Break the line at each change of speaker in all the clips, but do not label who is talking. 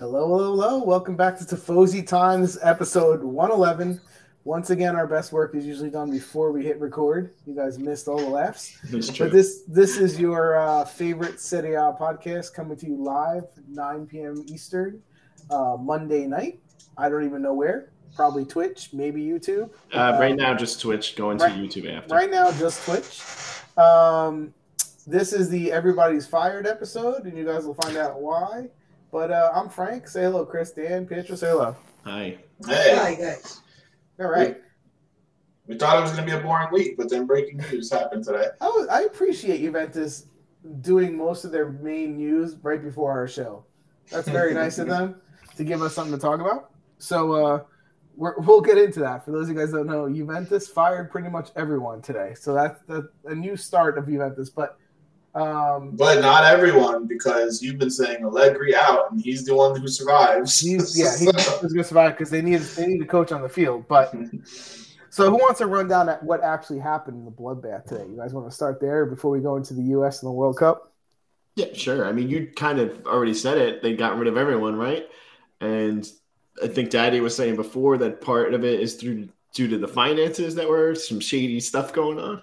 Hello, hello, hello. Welcome back to Tifosi Time. This is episode 111. Once again, our best work is usually done before we hit record. You guys missed all the laughs.
It's true.
But this this is your uh, favorite Serie A podcast coming to you live, 9 p.m. Eastern, uh, Monday night. I don't even know where. Probably Twitch, maybe YouTube.
uh, right now, just Twitch. Going to
right-
YouTube after.
Right now, just Twitch. Um, this is the Everybody's Fired episode, and you guys will find out why. But uh, I'm Frank. Say hello, Chris, Dan, Pietro. Say hello.
Hi.
Hey,
Hi guys.
All right.
we thought it was going to be a boring week, but then breaking news happened today.
I, was- I appreciate Juventus doing most of their main news right before our show. That's very nice of them to give us something to talk about. So uh, we're, we'll get into that. For those of you guys that don't know, Juventus fired pretty much everyone today. So that's the, a new start of Juventus. But um,
But not everyone, because you've been saying Allegri out, and he's the one who survives.
he's, yeah, he was going to survive because they need they need a coach on the field. But so who wants to run down at what actually happened in the bloodbath today? You guys want to start there before we go into the U.S. and the World Cup?
Yeah, sure. I mean, you kind of already said it. They got rid of everyone, right? And I think Daddy was saying before that part of it is through due to the finances that were some shady stuff going on.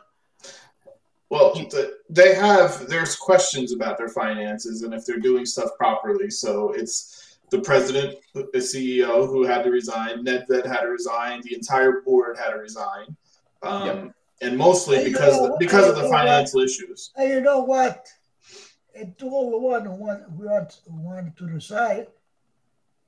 well, th- they have, there's questions about their finances and if they're doing stuff properly. So it's the president, the CEO who had to resign, Ned that had to resign, the entire board had to resign. Um, And mostly
Hey,
because,
you know,
the, because of
hey,
the
you know what?
financial issues.
Hey, you know what? It all the one who want, who want, who want to decide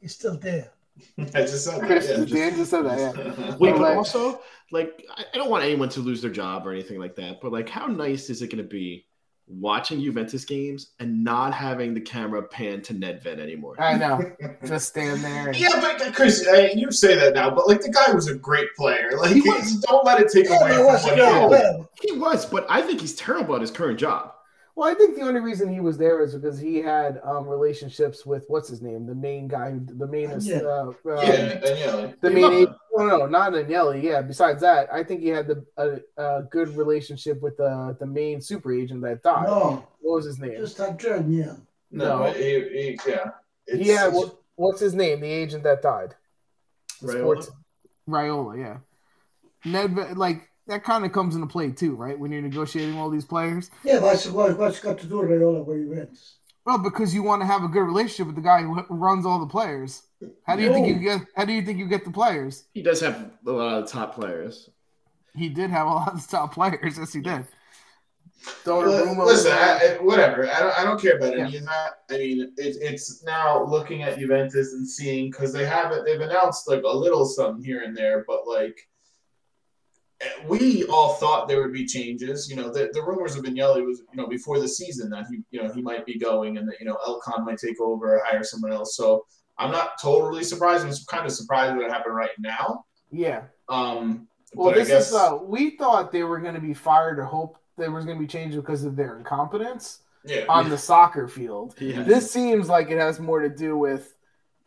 is still there.
I just said
Chris,
that. Yeah,
Dan just said that. Yeah.
Wait,
Well,
but
like-
also, like, I I don't want anyone to lose their job or anything like that. But like, how nice is it going to be watching Juventus games and not having the camera pan to Nedved anymore?
I know. Just stand there. And,
Yeah, but Chris, I, you say that now, but like the guy was a great player. Like,
He was.
don't let it take
Yeah,
away
there
from
was
what
a
he
no.
great
did.
player.
He was, but I think he's terrible at his current job.
Well, I think the only reason he was there is because he had um, relationships with what's his name, the main guy, who- the main,
Yeah.
uh, uh,
Yeah, and yeah, like,
the
He
main.
loved
Agent.
him.
No, no, not Agnelli. Yeah. Besides that, I think he had the a, a good relationship with the the main super agent that died.
No,
What was his name?
just Adrian, yeah.
no,
No.
but he, he, yeah, It's-
Yeah. What, what's his name? The agent that died. The
Raiola?
sports- Raiola. Yeah. Ned, like that, kind of comes into play too, right? When you're negotiating all these players.
Yeah, what's, what, what's got to do with Rayola where he went?
Well, because you want to have a good relationship with the guy who runs all the players. How do you think you
No.
get? How do you think you get the players?
He does have a lot of top players.
He did have a lot of top players. Yes, he did.
Li- Listen, I, I- whatever. I don't, I don't care about
Yeah.
any of that. I mean, it, it's now looking at Juventus and seeing because they haven't. They've announced like a little something here and there, but like we all thought there would be changes. You know, the, the rumors of Vignelli was you know before the season that he you know he might be going and that you know Elcon might take over or hire someone else. So I'm not totally surprised. I'm kind of surprised that it happened right now.
yeah.
Um,
Well,
but I
this
guess-
is. Uh, we thought they were going to be fired or hope there was going to be changes because of their incompetence
yeah.
on the soccer field.
Yeah.
This seems like it has more to do with,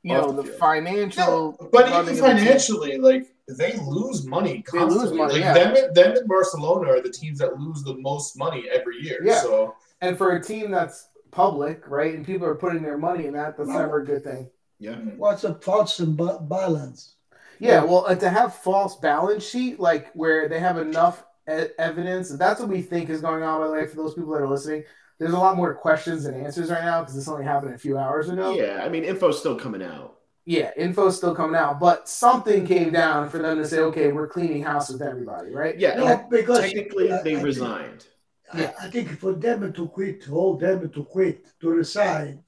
you
Off
know,
the
the
field.
financial. running
But even
of the team.
financially, like they lose money
They lose
constantly.
money,
like
yeah.
them, and- them and Barcelona are the teams that lose the most money every year.
Yeah.
So
and for a team that's public, right, and people are putting their money in that, that's never a good thing.
Yeah.
What's the thoughts and ba- balance?
Yeah, well, and to have false balance sheet, like where they have enough e- evidence, that's what we think is going on. By the way, for those people that are listening, there's a lot more questions than answers right now because this only happened a few hours ago.
Yeah, I mean, info's still coming out.
yeah, info's still coming out, but something came down for them to say, okay, we're cleaning house with everybody, right?
Yeah,
No, because
technically
I-
they
I-
resigned.
I, I think for them to quit, hold them to quit, to resign,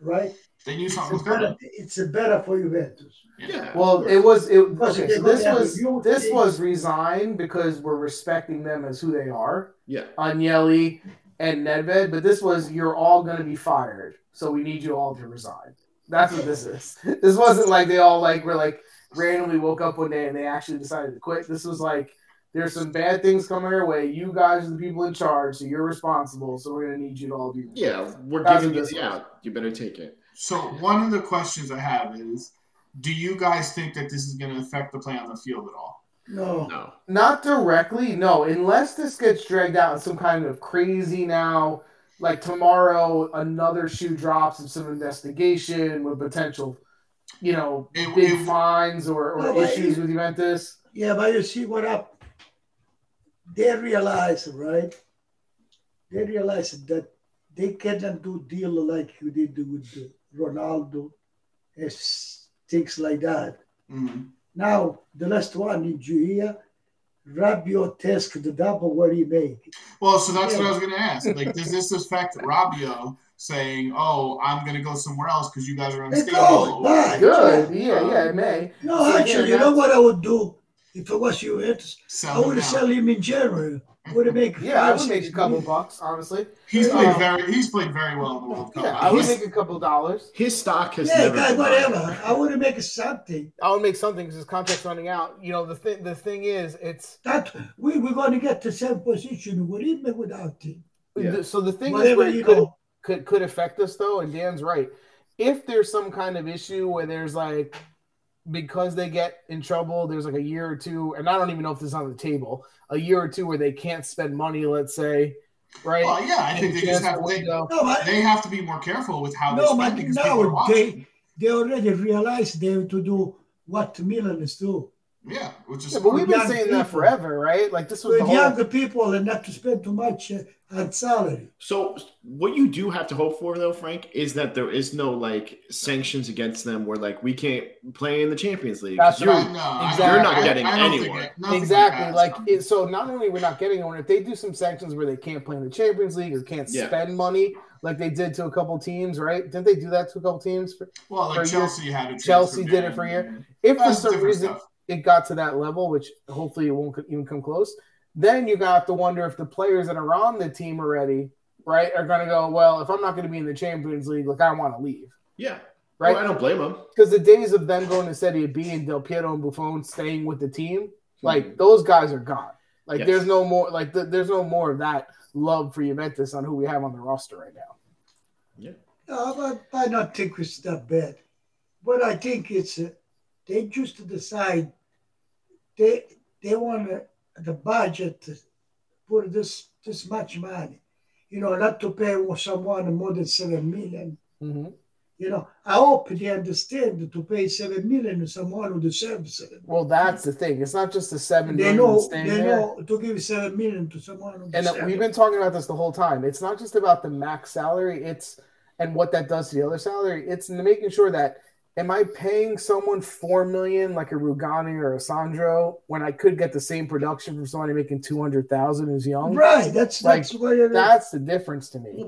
right?
they knew
It's better, it's better for Juventus.
Yeah.
Well, it was it.
Plus,
Okay,
they
so
go
this
down
was
to you.
this was resigned because we're respecting them as who they are.
yeah.
Agnelli and Nedved, but this was you're all going to be fired, so we need you all to resign. That's what this is. This wasn't like they all like were like randomly woke up one day and they actually decided to quit. This was like there's some bad things coming your way. You guys are the people in charge, so you're responsible. So we're going to need you to all be.
Yeah, we're
That's
giving
what
you
this
the
was.
out. You better take it.
So one of the questions I have is, do you guys think that this is going to affect the play on the field at all?
No.
No.
Not directly, no. Unless this gets dragged out in some kind of crazy now like tomorrow another shoe drops of some investigation with potential, you know,
It-
big
it-
fines or, or
No, but-
issues with Juventus.
Yeah, but you see what up. They realize, right? They realize that they cannot do deal like you did with the Ronaldo, and s- things like that.
Mm.
Now the last one, did you hear? Rabiot test the double what he made.
Well, so that's what I was going to ask. Like, does this affect Rabio saying, "Oh, I'm going to go somewhere else because you guys are
Hey,
unstable"?
go, bye.
Good. Yeah, yeah, it may.
No, actually, you know what I would do if I was you? It's, I
Sell
would
him now.
sell him in January. Would it make?
Yeah, I
five,
would make a
six
couple
million.
bucks, honestly.
He's
Uh,
played very. He's played very well in the World Cup.
Yeah, I would
He's-
make a couple dollars.
His stock has
Yeah,
never
guy,
been
whatever.
higher.
I would make something.
I would make something because his contract's running out. You know, the thing the thing is, it's
That we we're going to get the same position with him and without him.
Yeah.
th- so the thing is
Whatever
where
you
it could,
know.
could could affect us though, and Dan's right. If there's some kind of issue where there's like because they get in trouble, there's like a year or two, and I don't even know if this is on the table, a year or two where they can't spend money, let's say, right?
Well, yeah, I think they just have to.
No, but
They have to be more careful with how they
No,
spend
but
because people are
now
watching.
they already realized they have to do what Milan is doing.
Yeah, which is
Yeah, but we've been
young
saying that
people.
forever, right? Like this was
With
the whole,
younger people and not to spend too much uh, on salary.
So what you do have to hope for though, Frank, is that there is no like sanctions against them where like we can't play in the Champions League.
That's
You're-
right.
No, I-
Exactly. You're not
getting
don't think
anyone.
it- nothing
exactly
has
like
come.
it, so. Not only we're not getting one, if they do some sanctions where they can't play in the Champions League or can't
Yeah.
spend money, like they did to a couple teams, right? Didn't they do that to a couple teams?
well,
for a
like
year.
Chelsea had a
Chelsea did it for a year. If for
That's
some
different
reason
stuff.
it got to that level, which hopefully it won't co- even come close, then you got to wonder if the players that are on the team already, right, are going to go. Well, if I'm not going to be in the Champions League, like I want to leave,
yeah.
right?
Well, I don't blame them.
Because the days of them going to Serie B and Del Piero and Buffon staying with the team, like those guys are gone. Like
Yes.
there's no more like th- there's no more of that love for Juventus on who we have on the roster right now.
No, but I don't think it's that bad. But I think it's uh, they just decide they they want uh, the budget to put this this much money, you know, not to pay someone more than seven million. You know, I hope they understand to pay seven million to someone who deserves it.
Well, that's the thing. It's not just the seven
They
million
know
staying
they
there.
know to give seven million to someone who
And uh,
deserves
we've
it.
been talking about this the whole time. It's not just about the max salary. It's and what that does to the other salary. It's making sure that am I paying someone four million like a Rugani or a Sandro when I could get the same production from somebody making two hundred thousand who's young?
Right, that's
Like,
that's what it is.
That's the difference to me.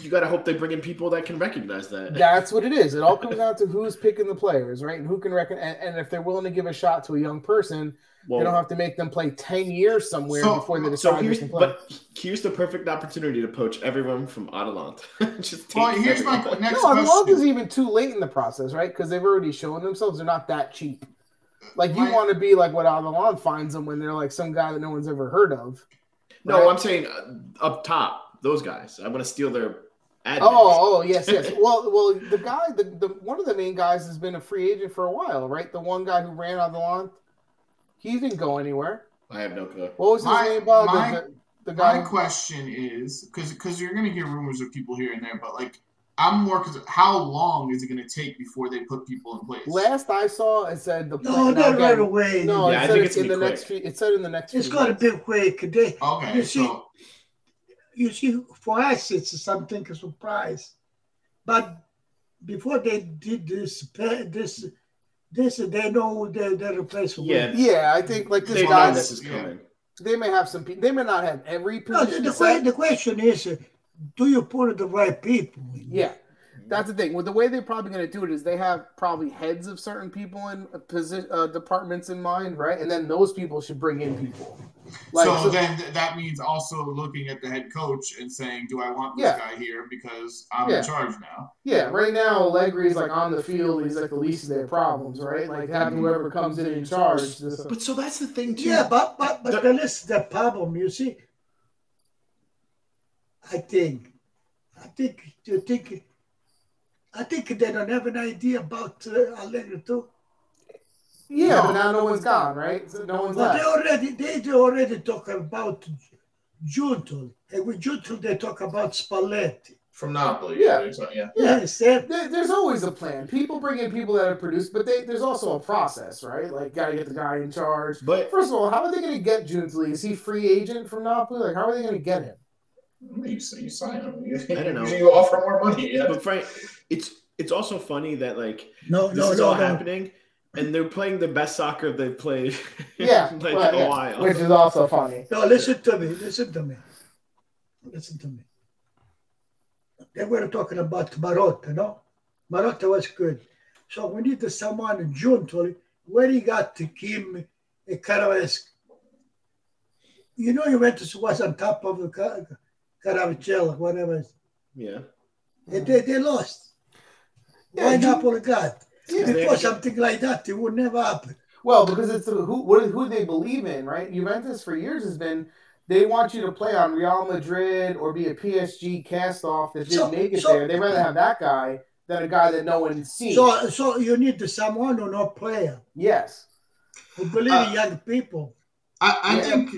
You gotta hope they bring in people that can recognize that.
That's what it is. It all comes down to who's picking the players, right? And who can reckon and, and if they're willing to give a shot to a young person,
Well,
they don't have to make them play ten years somewhere
So-
before they
so
decide they
here's
can play.
but here's the perfect opportunity to poach everyone from Atalanta. Just take
Well, here's my
everyone.
next
no, Atlanta is
question.
even too late in the process, right? Because they've already shown themselves they're not that cheap. Like you
My-
want to be like what Adelon finds them when they're like some guy that no one's ever heard of.
No, I'm saying uh, up top, those guys. I want to steal their ad.
Oh, oh, yes, yes. Well, well, the guy, the, the one of the main guys has been a free agent for a while, right? The one guy who ran Adelon, he didn't go anywhere.
I have no clue.
What was his
My-
name? Bob?
my-
the, the, the
My
guy.
question is because because you're gonna hear rumors of people here and there, but like I'm more because how long is it gonna take before they put people in place?
Last I saw, it said the
no,
plan-
not
now,
right
again,
away.
No,
Yeah,
it
I
said
think
it's
it's
in the
gonna be
next. Few, it said in the next.
it's
few
got to
months.
be quick. They,
Okay,
You see-
so
you see, for us, it's something a surprise. But before they did this, pa- this, this, they know their their replacement.
Yeah,
Yeah, I think like this
They
guy.
know
guy's-
this is
yeah.
coming.
They may have some. pe- They may not have every
No, the,
position.
the,
set.
que- the question is, uh, do you put the right people? in?
Yeah, that's the thing. Well, the way they're probably going to do it is they have probably heads of certain people in uh, posi- uh, departments in mind, right? And then those people should bring in people. Like,
so,
so-
then th- that means also looking at the head coach and saying, "Do I want this
Yeah.
guy here because I'm
Yeah.
in charge now?"
yeah, right now Allegri's like on the field. He's like the least of their problems, right? Like having whoever comes in in charge. This,
But so that's the thing too.
yeah, but but but
The-
that is the problem. You see, I think, I think, you think, I think they don't have an idea about uh, Allegri too.
yeah, but now no one's gone, right? So no one's
Well, they
left.
already they do already talk about Giuntul. And with Giuntul, they talk about Spalletti.
From Napoli.
Yeah.
so- yeah.
Yeah.
Yes, that,
There, there's always a plan. People bring in people that are produced, but they, there's also a process, right? Like, gotta get the guy in charge.
But
First of all, how are they going to get Junsley? Is he free agent from Napoli? Like, how are they going to get him?
You, s- you sign him. You,
I don't know.
You offer more money. Yeah.
but Frank, it's it's also funny that like
no,
this
no,
is
no,
all
no.
happening, and they're playing the best soccer they've played. in,
Yeah,
like
right,
a
yeah.
while.
Which is also funny.
No, listen to me. Listen to me. Listen to me. They were talking about Marotta, no? Marotta was good. So we need someone in June to where he got to Kim Karavesk. You know, Juventus was on top of the Car- Caravagella, whatever.
Yeah,
And they, they lost.
Mm. Yeah,
Why
you-
Napoli got?
Yeah.
Before something like that, it would never happen.
Well, because it's the, who what, who they believe in, right? Juventus for years has been they want you to play on Real Madrid or be a PSG cast off that didn't
So-
make it
so-
there. They rather have that guy than a guy that no one sees.
So, so you need someone who no player,
yes.
who believe
Uh,
in young people.
I, I
Yeah.
think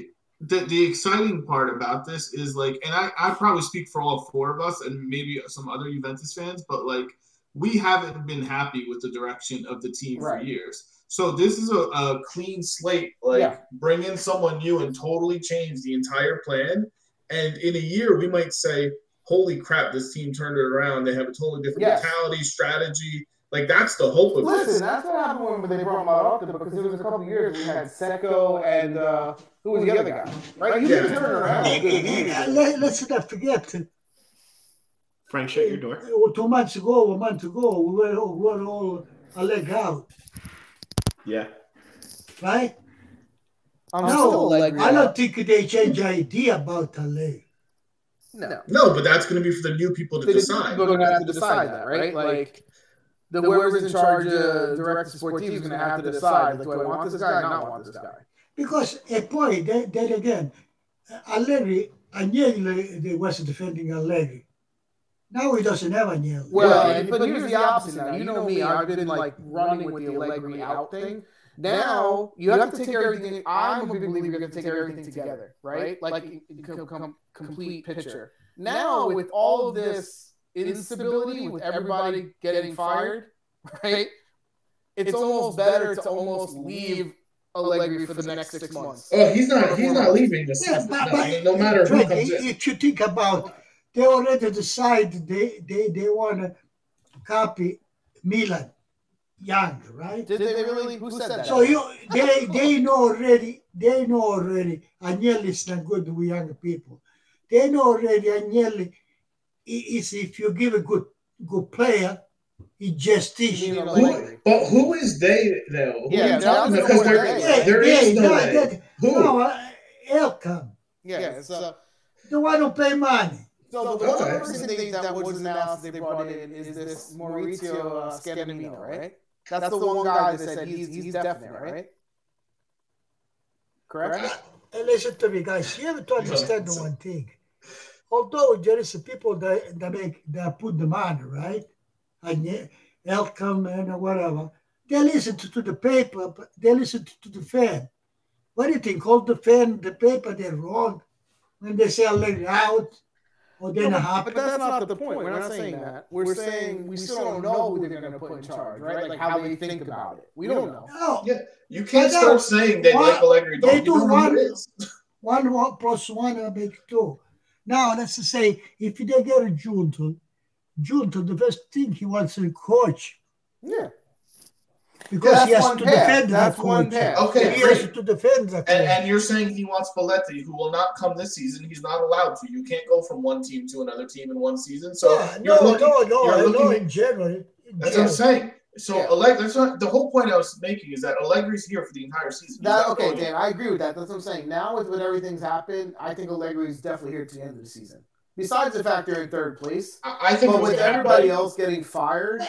that the exciting part about this is like, and I, I probably speak for all four of us and maybe some other Juventus fans, but like, we haven't been happy with the direction of the team
Right.
for years. So this is a, a
clean slate. Like
Yeah.
bring in someone new and totally change the entire plan. And in a year, we might say, "Holy crap! This team turned it around. They have a totally different
Yes.
mentality, strategy." Like that's the hope of
Listen,
this.
that's what happened when they brought Marotta because there was a couple years we had Seco and uh, who was the other guy? Right? You
Yeah.
can turn it around.
Let, let's not forget, uh,
Frank, shut your door.
two months ago, a month ago, we were, all- we were all a leg out,
Yeah,
right?
I'm
No,
still like
I don't think they change idea about a leg.
no.
No, but that's going to be for the new people to
They
decide.
People are going to have to decide that, right? Like, the whoever's in charge of direct support team is going to have to decide, like, do I want this guy or not want this guy?
Because a point, then, then again, Allegri, Agnelli they was defending Allegri. Now he doesn't have Agnelli.
Well,
Yeah.
and- but here's the opposite now. You know me, I've been, like, running with the Allegri out thing. Now, you have to take everything, I'm a big believer you have to take everything together, right? Like, in- com- com- complete picture. Now, with all of this instability, with everybody getting fired, right? It's almost better to almost leave Allegri for the next six months.
oh, he's not. He's not leaving this.
Yeah,
season.
but-
no,
but-
no matter who
Fred,
comes in.
if you think about, they already decide they, they, they want to copy Milan, Young, right?
Did they really? Who said that?
Oh,
So you, they, they know already. They know already. Agnelli is not good with young people. They know already. Agnelli i- is if you give a good good player, he just teach.
You mean
Who-
Allegri?
But who is they though? Who
Yeah,
is-
that's
because
the one
there-
they-
Yeah,
there
yeah,
is no
no,
way.
that-
Who?
no, uh, Elkan,
Yeah,
uh,
so,
the one who pay money.
So the
Okay.
one person they, that was announced they brought in is this Maurizio uh, Scandamino, right? That's, the one guy that said he's, he's definite, right? Correct?
And listen to me, guys. You have to understand
Yeah.
one thing. Although there is people that, that make that put the money, right? And yeah, Elkham and whatever, they listen to, to the paper, but they listen to, to the fan. What do you think? All the fan, the paper, they're wrong when they say let it out or they're not happy.
But that's not the point. We're not saying that. We're saying we still don't know who they're going to put in charge, right? Like how they think about it. We don't know.
No,
Yeah. You can't
But
start
no,
saying they
why-
like Allegri. Don't,
they
you
do
don't know who
one-
it is.
one one plus one uh, make two. Now let's say if they get a Junto, Junto, the first thing he wants to coach
Yeah.
Because
That's
he has
one
to
pass.
defend
That's
that
one
coach.
pass.
Okay,
He
great.
has to defend
And,
that coach.
and you're saying he wants Spalletti, who will not come this season. He's not allowed to. You can't go from one team to another team in one season. So
yeah,
you're
no,
looking-
no, no,
you're
I know
looking-
in general. in
that's what I'm
general.
saying. So
Yeah.
Alleg- that's what, the whole point I was making is that Allegri's here for the entire season. He's
That,
not
okay,
going-
Dan, I agree with that. That's what I'm saying. Now with what everything's happened, I think Allegri is definitely here to the end of the season. Besides the fact they're in third place,
I, I think
but
it was
with
that,
everybody
but-
else getting fired,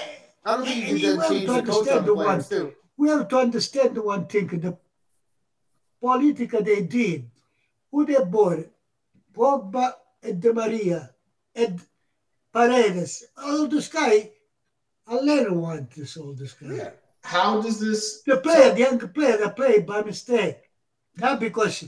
I don't think you
You
can
have
then change
to
the coach on the
understand the
players
one-
too.
We have to understand the one thing the politica they did, who they bought, Pogba and De Maria and Paredes, all this guy. Allegri want this, all this guy.
Yeah.
How does this?
The player, the young player that played by mistake. Not because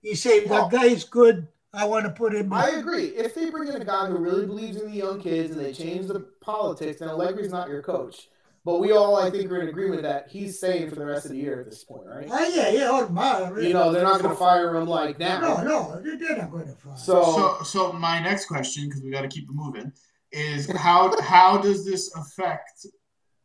he said
Well-
that guy is good, I want to put in.
I agree. If they bring in a guy who really believes in the young kids and they change the politics, then Allegri's not your coach. But we all, I think, are in agreement that he's staying for the rest of the year at this point, right?
Ah, yeah, yeah, all my.
You know, they're not going to fire him like
No,
now.
no, they- they're not going to fire.
So,
So, so my next question, because we got to keep it moving, is how how does this affect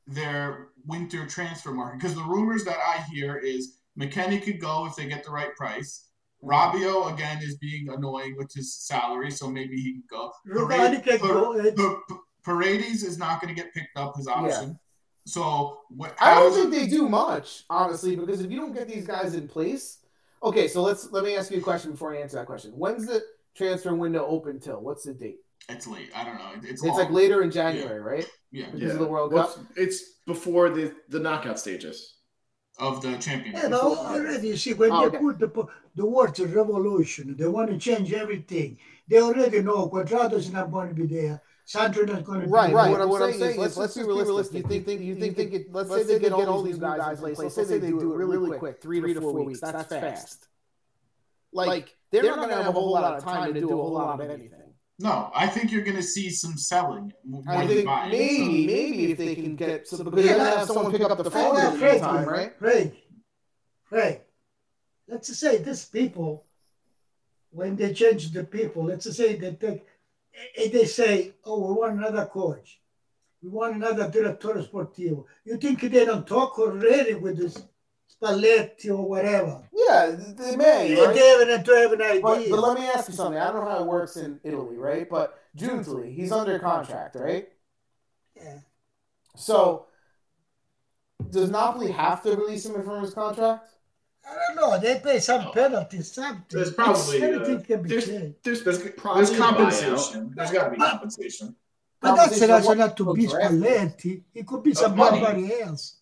their winter transfer market? Because the rumors that I hear is McKenny could go if they get the right price. Rabio again is being annoying with his salary, so maybe he can go.
Rugani can go. It's-
Pa- Pa- Paredes is not going to get picked up his option. So what?
I don't
how-
think they do much, honestly, because if you don't get these guys in place, okay. So let's let me ask you a question before I answer that question. When's the transfer window open till? What's the date?
it's late. I don't know. It's,
It's
long.
like later in January, right?
Yeah,
Because of the World
Well,
Cup.
it's- it's before the, the knockout stages.
of the champion.
Yeah, but already you see when
Oh,
they
okay.
put the po- the word revolution, they want to change everything. They already know Quadrado's not going to be there. Sandro not going to
Right,
be
right.
there.
What, I'm saying is, let's be realistic. You think, think, you think, think it, let's, say they get all these guys in place. Let's say they do it really quick, three to four weeks. That's fast.
Like, they're, not going to have a whole lot of time to do a whole lot of anything.
No, I think you're going to see some selling. more
I
than
think
buying.
maybe, maybe if they can get some, because they're gonna have someone pick up the
Oh,
phone
yeah,
at any
Craig,
time, right?
Craig, Craig. Let's just say these people, when they change the people, let's just say they take, eh, they say, oh, we want another coach, we want another direttore sportivo. You think they don't talk already with this Spalletti or whatever?
Yeah, they may.
Yeah,
Right?
they have an, they have an idea.
But, but let me ask you something. I don't know how it works in Italy, right? But Giuntoli, he's under contract, right?
Yeah.
So does Napoli have to release him from his contract?
I don't know. They pay some penalty, something.
There's probably, uh,
everything can be
There's
changed.
there's
There's,
probably
there's
a buyout.
compensation. There's got to be compensation.
But that's the
Compensation
rationale to
won't
be
go directly.
Spalletti. It could be
Of
somebody else.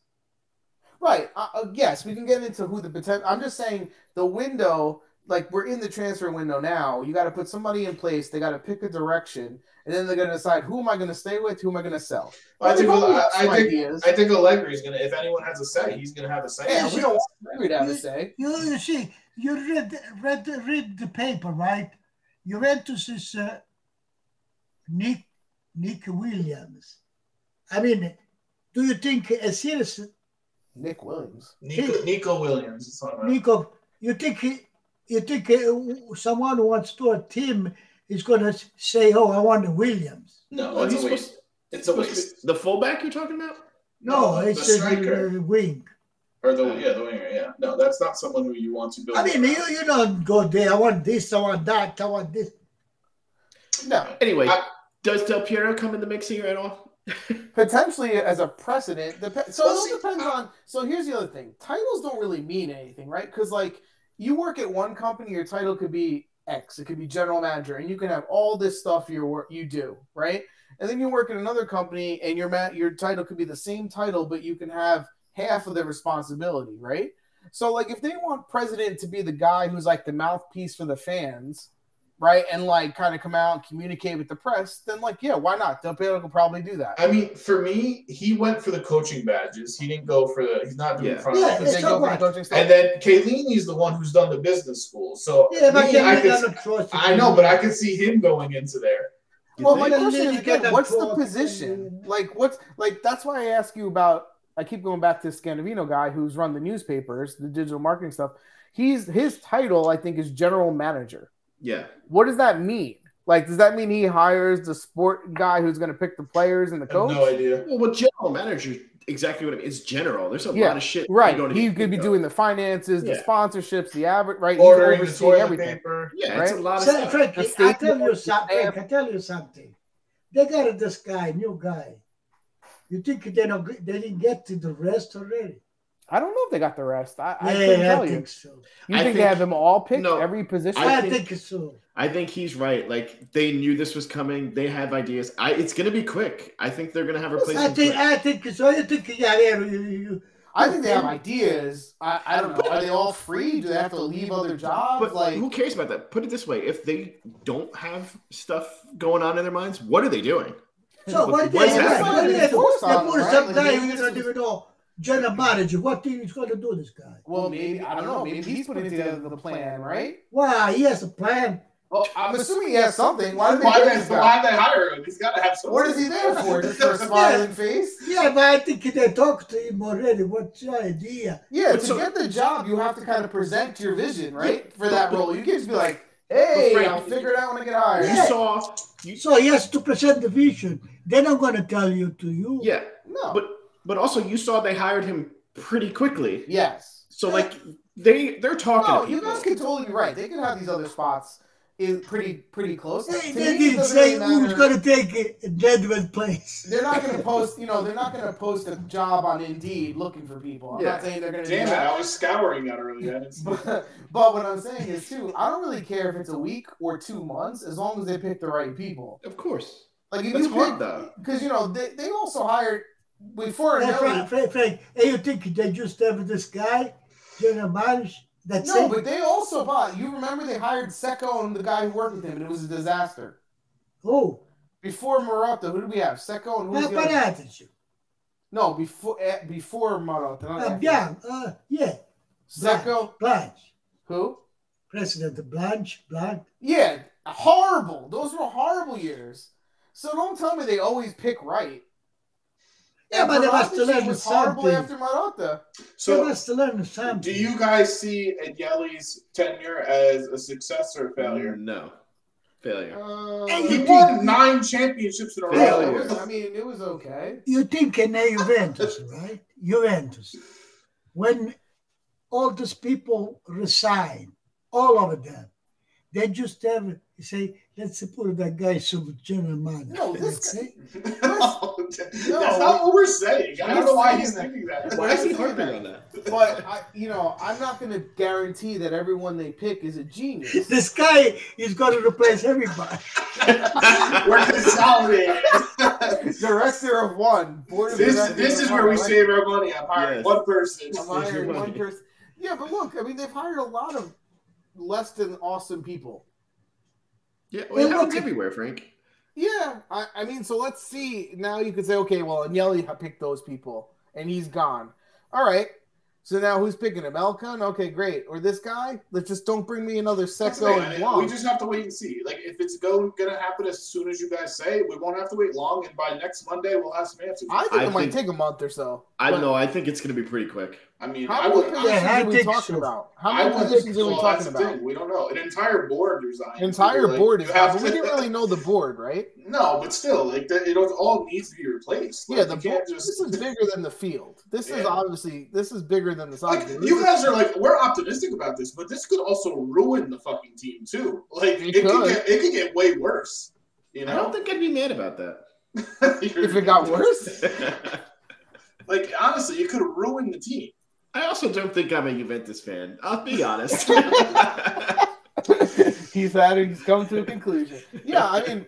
Right. Uh, uh, yes, we can get into who the potential. I'm just saying the window, like we're in the transfer window now. You got to put somebody in place. They got to pick a direction, and then they're going to decide who am I going to stay with, who am I going to sell.
I think,
Well,
I,
some
I think,
ideas.
I think Allegri's gonna. If anyone has a say, he's gonna have a say.
yeah, we don't want Henry to have a say.
You, you see, you read read read the paper, right? Juventus is uh, Nick Nick Williams. I mean, do you think a serious
Nick Williams.
Nico, Nico Williams. It's not about.
Nico? You think he- you think uh, someone who wants to a team is going to say, "Oh, I want Williams"?
No,
No, it's
Oh, he's
a waste.
supposed-
It's a
supposed to
waste.
be- The fullback you're talking about?
No,
the
it's a,
striker.
a wing.
Or the yeah, the winger. Yeah, no, that's not someone who you want to build.
I mean, you, you don't go there. I want this. I want that. I want this.
No,
Anyway,
I-
does Del Piero come in the mix here at all?
potentially as a precedent. Dep- so
Well,
it all
see,
depends on. So here's the other thing: titles don't really mean anything, right? Because like you work at one company, your title could be X, it could be general manager, and you can have all this stuff you work you do, right? And then you work at another company, and your ma- your title could be the same title, but you can have half of the responsibility, right? So like if they want president to be the guy who's like the mouthpiece for the fans, right, and like kind of come out and communicate with the press, then like yeah, why not? Del Piero could probably do that.
I mean, for me, he went for the coaching badges. He didn't go for the. He's not doing
Yeah.
front
Yeah,
office.
Did they
so
go for the
what?
coaching staff?
And then Kalini's the one who's done the business school. So
Yeah, but
me, I,
can
could,
you not trust
I know, but I could see him going into there.
You
well,
think?
my
Then
question
you
is,
get
again,
that
what's the
draw-
position? Like, what's like? That's why I ask you about. I keep going back to Scandavino guy who's run the newspapers, the digital marketing stuff. He's his title, I think, is general manager.
yeah.
What does that mean? Like, does that mean he hires the sport guy who's going to pick the players and the
I have
coach?
no idea.
Well, with general manager, exactly what it is general. There's a
Yeah,
lot of shit. you
right.
gotta
He
get
could be
rid of.
doing the finances, the
Yeah.
sponsorships, the average. Right. He's
Ordering the
overseeing
toilet
everything.
paper.
Yeah, it's a
right?
lot of
So,
stuff.
Frank,
That's
I
the-
tell you something.
Yeah.
I tell you something. They got this guy, new guy. You think they don't? get- They didn't get to the rest already?
I don't know if they got the rest. I, I couldn't
yeah,
tell
I
you.
think so.
You
I
think, they
think-
have them all picked
No,
every position?
I,
I
think,
think-
so.
I think he's right. Like they knew this was coming. They have ideas. I it's gonna be quick. I think they're gonna have a
I
replacement.
think.
quick.
I think so. You think? Yeah, yeah. You, you,
I think they have ideas. I, I don't know. Are they all free? Do they have to leave other jobs?
But
like,
who cares about that? Put it this way: if they don't have stuff going on in their minds, what are they doing?
so what
Why
did
is
they?
that?
What did they? They
Force on
put
them,
some
right?
guy
Like,
who
this
don't
is-
even know. General manager. What thing is going to do this guy?
well, maybe I don't know. Maybe he's putting together the plan, right?
Why? He has a plan.
Well, I'm assuming he has something. Why did they
Why
give
did
him
they,
that?
why did they hire him? He's got to have something.
What is he there for? Just for a smiling face?
Yeah, but I think they talked to him already. What's your idea?
Yeah,
But
to
so-
get the job, you have to kind of present your vision, right? For that role. You can't just be like, hey,
But Frank-
I'll figure it out when I get hired.
You
Yeah.
saw, you,
So he has to present the vision. Then I'm going to tell you to you.
yeah,
No.
but but also you saw they hired him pretty quickly.
yes.
So like they they're talking.
No,
to
you
people.
guys could totally be right. They could have these other spots in pretty pretty close.
They,
To
they
me, it
didn't
doesn't
say
really
who's
matter.
going to take it- Nedved's place.
They're not going to post, you know, they're not going to post a job on Indeed looking for people. I'm
Yeah.
not saying they're going to
Damn
do
it!
that.
I was scouring that earlier. I didn't see that.
But, but what I'm saying is, too, I don't really care if it's a week or two months as long as they pick the right people.
Of course.
Like, if
That's
you
hard
pick,
though.
because, you know, they, they also hired before
Hey,
Nelly.
Frank, Frank, Frank, hey, you think they just have this guy, General Marsh? That's
No,
it.
but they also bought. You remember they hired Secco and the guy who worked with him, and it was a disaster.
oh,
Before Marotta, who did we have? Secco and who was
not
the other?
Paratici.
No, before eh, before Marotta. not
Uh,
after.
yeah, uh, yeah,
Secco.
Blanche.
Who?
President Blanche, Blanche.
Yeah, horrible. Those were horrible years. So don't tell me they always pick right.
Yeah, but they must
Marotta
learn
was horrible
something.
after Marotta.
So,
So,
must learn something.
do you guys see Agnelli's tenure as a success or a failure?
No. Failure.
Uh,
Hey,
He
you-
won nine championships in a
yeah, it
row.
was- I mean, it was okay.
You think in a Juventus, right? Juventus. When all these people resign, all of them, they just have say, let's put that guy some general manager.
No, this
That's
guy-
it.
No, that's not what we're saying. I don't know why he's thinking that.
Why is he harping
on that?
But I, you know, I'm not going to guarantee that everyone they pick is a genius.
This guy is going to replace everybody.
We're consolidating.
Director of one. Board of
This
directors
this
of
is
one.
where we
Like,
save our money. I'm hiring
Yes.
one person.
I'm hiring
Save your
one
money.
person. Yeah, but look, I mean, they've hired a lot of less than awesome people.
Yeah, well, it
They
happens
look-
everywhere, Frank.
Yeah, I, I mean, so let's see. Now you could say, okay, well, Agnelli picked those people, and he's gone. All right. So now who's picking him? Elkan? Okay, great. Or this guy? Let's just don't bring me another
That's
Sexo
the
and
thing,
Wong.
we just have to wait and see. Like if it's go, gonna happen as soon as you guys say, we won't have to wait long, and by next Monday we'll have some answers.
I think
I
it might
think-
take a month or so.
I
But
don't know. I think it's going to be pretty quick.
I mean, I
How many
would.
positions
I,
Yeah, I
are we
think
talking
so.
about? How
I
many
would
positions are we
well,
talking
that's the
about?
thing, We don't know. An entire board resigned.
Entire
Like,
board is.
you have
but we
to-
didn't really know the board, right?
No, but still, like the, it all needs to be replaced. Like,
yeah, the
you
board.
can't just.
This is bigger than the field. This is
Yeah.
obviously this is bigger than the size.
Like
of it.
you guys are like, we're optimistic about this, but this could also ruin the fucking team too. Like
It
it, could
could.
get it could get way worse. You
I don't
know,
think I'd be mad about that.
if it got worse.
like honestly, it could ruin the team.
I also don't think I'm a Juventus fan. I'll be honest.
he's had he's come to a conclusion. Yeah, I mean,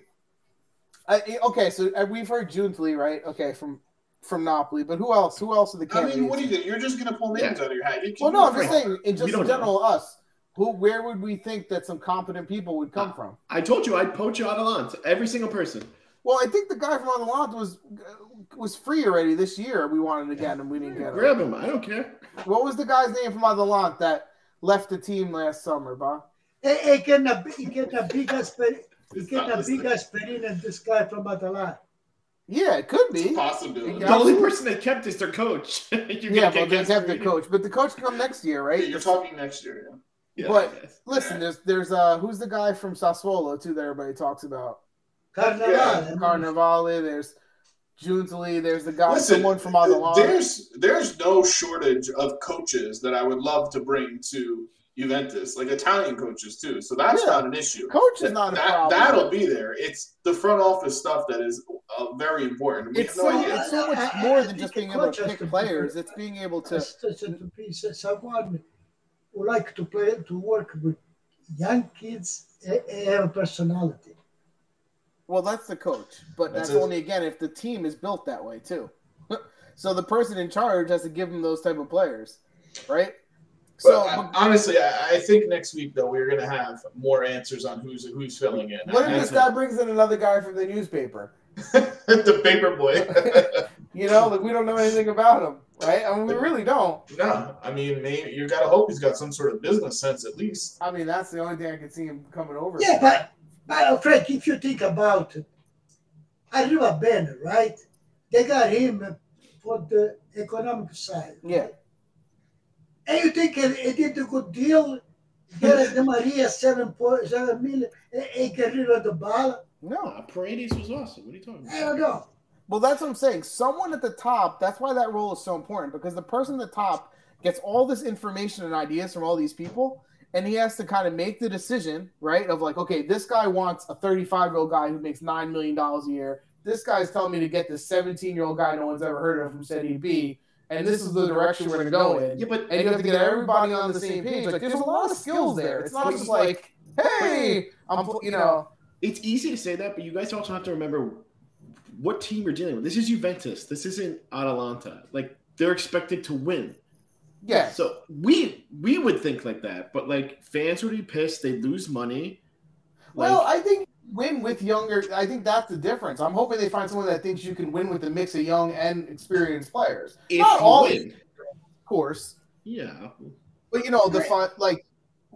I, I- okay, so uh, we've heard Juntly, right? Okay, from from Napoli, but who else? Who else are the
I
candidates?
mean, what do you think? You're just gonna pull names out of your hat. You
well,
can-
no, I'm just saying, in just
We don't
in general, us. Who? Where would we think that some competent people would come from?
I told you I'd poach you on Alonso, every single person.
Well, I think the guy from Atalanta was uh, was free already this year. We wanted to get him, we didn't get him.
Grab him. I don't care.
What was the guy's name from Atalanta that left the team last summer, Bob?
Hey, hey, can a, he get a big Asper, he
It's
get
not
a
listening.
big Asperin and this guy from Atalanta.
Yeah, it could
It's a
be.
possibility.
The only person they kept is their coach. you
Yeah, but they have the coach, but the coach can come next year,
Yeah,
right?
You're talking next year. yeah.
but- Listen, there's there's uh who's the guy from Sassuolo too that everybody talks about?
Carnaval.
Yeah,
Carnavale, there's Juntoli, there's the guy
Listen,
someone from Atalanta.
There's there's no shortage of coaches that I would love to bring to Juventus, like Italian coaches too. So that's
Yeah.
not an issue.
Coach is not a
that,
problem.
that'll be there. It's the front office stuff that is uh, very important. We
it's
have no
so,
idea.
it's so much
I- I-
more
I
than
think
just
the
being able
coach
to
has
pick
to be
players.
good.
It's being able to.
Just to, to be so- someone who like to play to work with young kids eh, eh, have personality.
Well, that's the coach, but
That's
that's,
it.
only again if the team is built that way too. so the person in charge has to give them those type of players, right?
So
So but
uh, honestly, I, I think next week though we're gonna have more answers on who's who's filling in.
what if
And
this guy brings in another guy from the newspaper?
the paper boy?
You know, like we don't know anything about him, right? I mean, we really don't.
No, I mean, maybe you gotta hope he's got some sort of business sense at least.
I mean, that's the only thing I can see him coming over.
Yeah, but, but Frank, if you think about it, I remember Ben, right? They got him for the economic side.
yeah,
And you think he he did a good deal? Get the Maria seven point seven million and and get rid of the ball?
no.
Nah, Paredes was awesome. What are you talking
I
about?
don't know.
Well, that's what I'm saying. Someone at the top, that's why that role is so important because the person at the top gets all this information and ideas from all these people, and he has to kind of make the decision, right? Of like, okay, this guy wants a 35 year old guy who makes $9 million a year. This guy's telling me to get this 17 year old guy no one's ever heard of who said he'd be. And this is the direction we're going to go in.
Yeah, but
And you have to get everybody on the same page. Like, there's a lot of skills there. It's not just like, hey, I'm, you know,
it's easy to say that, but you guys also have to remember what team you're dealing with. This is Juventus. This isn't Atalanta. Like they're expected to win.
yeah.
So we we would think like that, but like fans would be pissed. They lose money. Like,
Well, I think win with younger. I think that's the difference. I'm hoping they find someone that thinks you can win with a mix of young and experienced players,
if
not
you
all-
win,
of course.
yeah.
But you know, the fun, like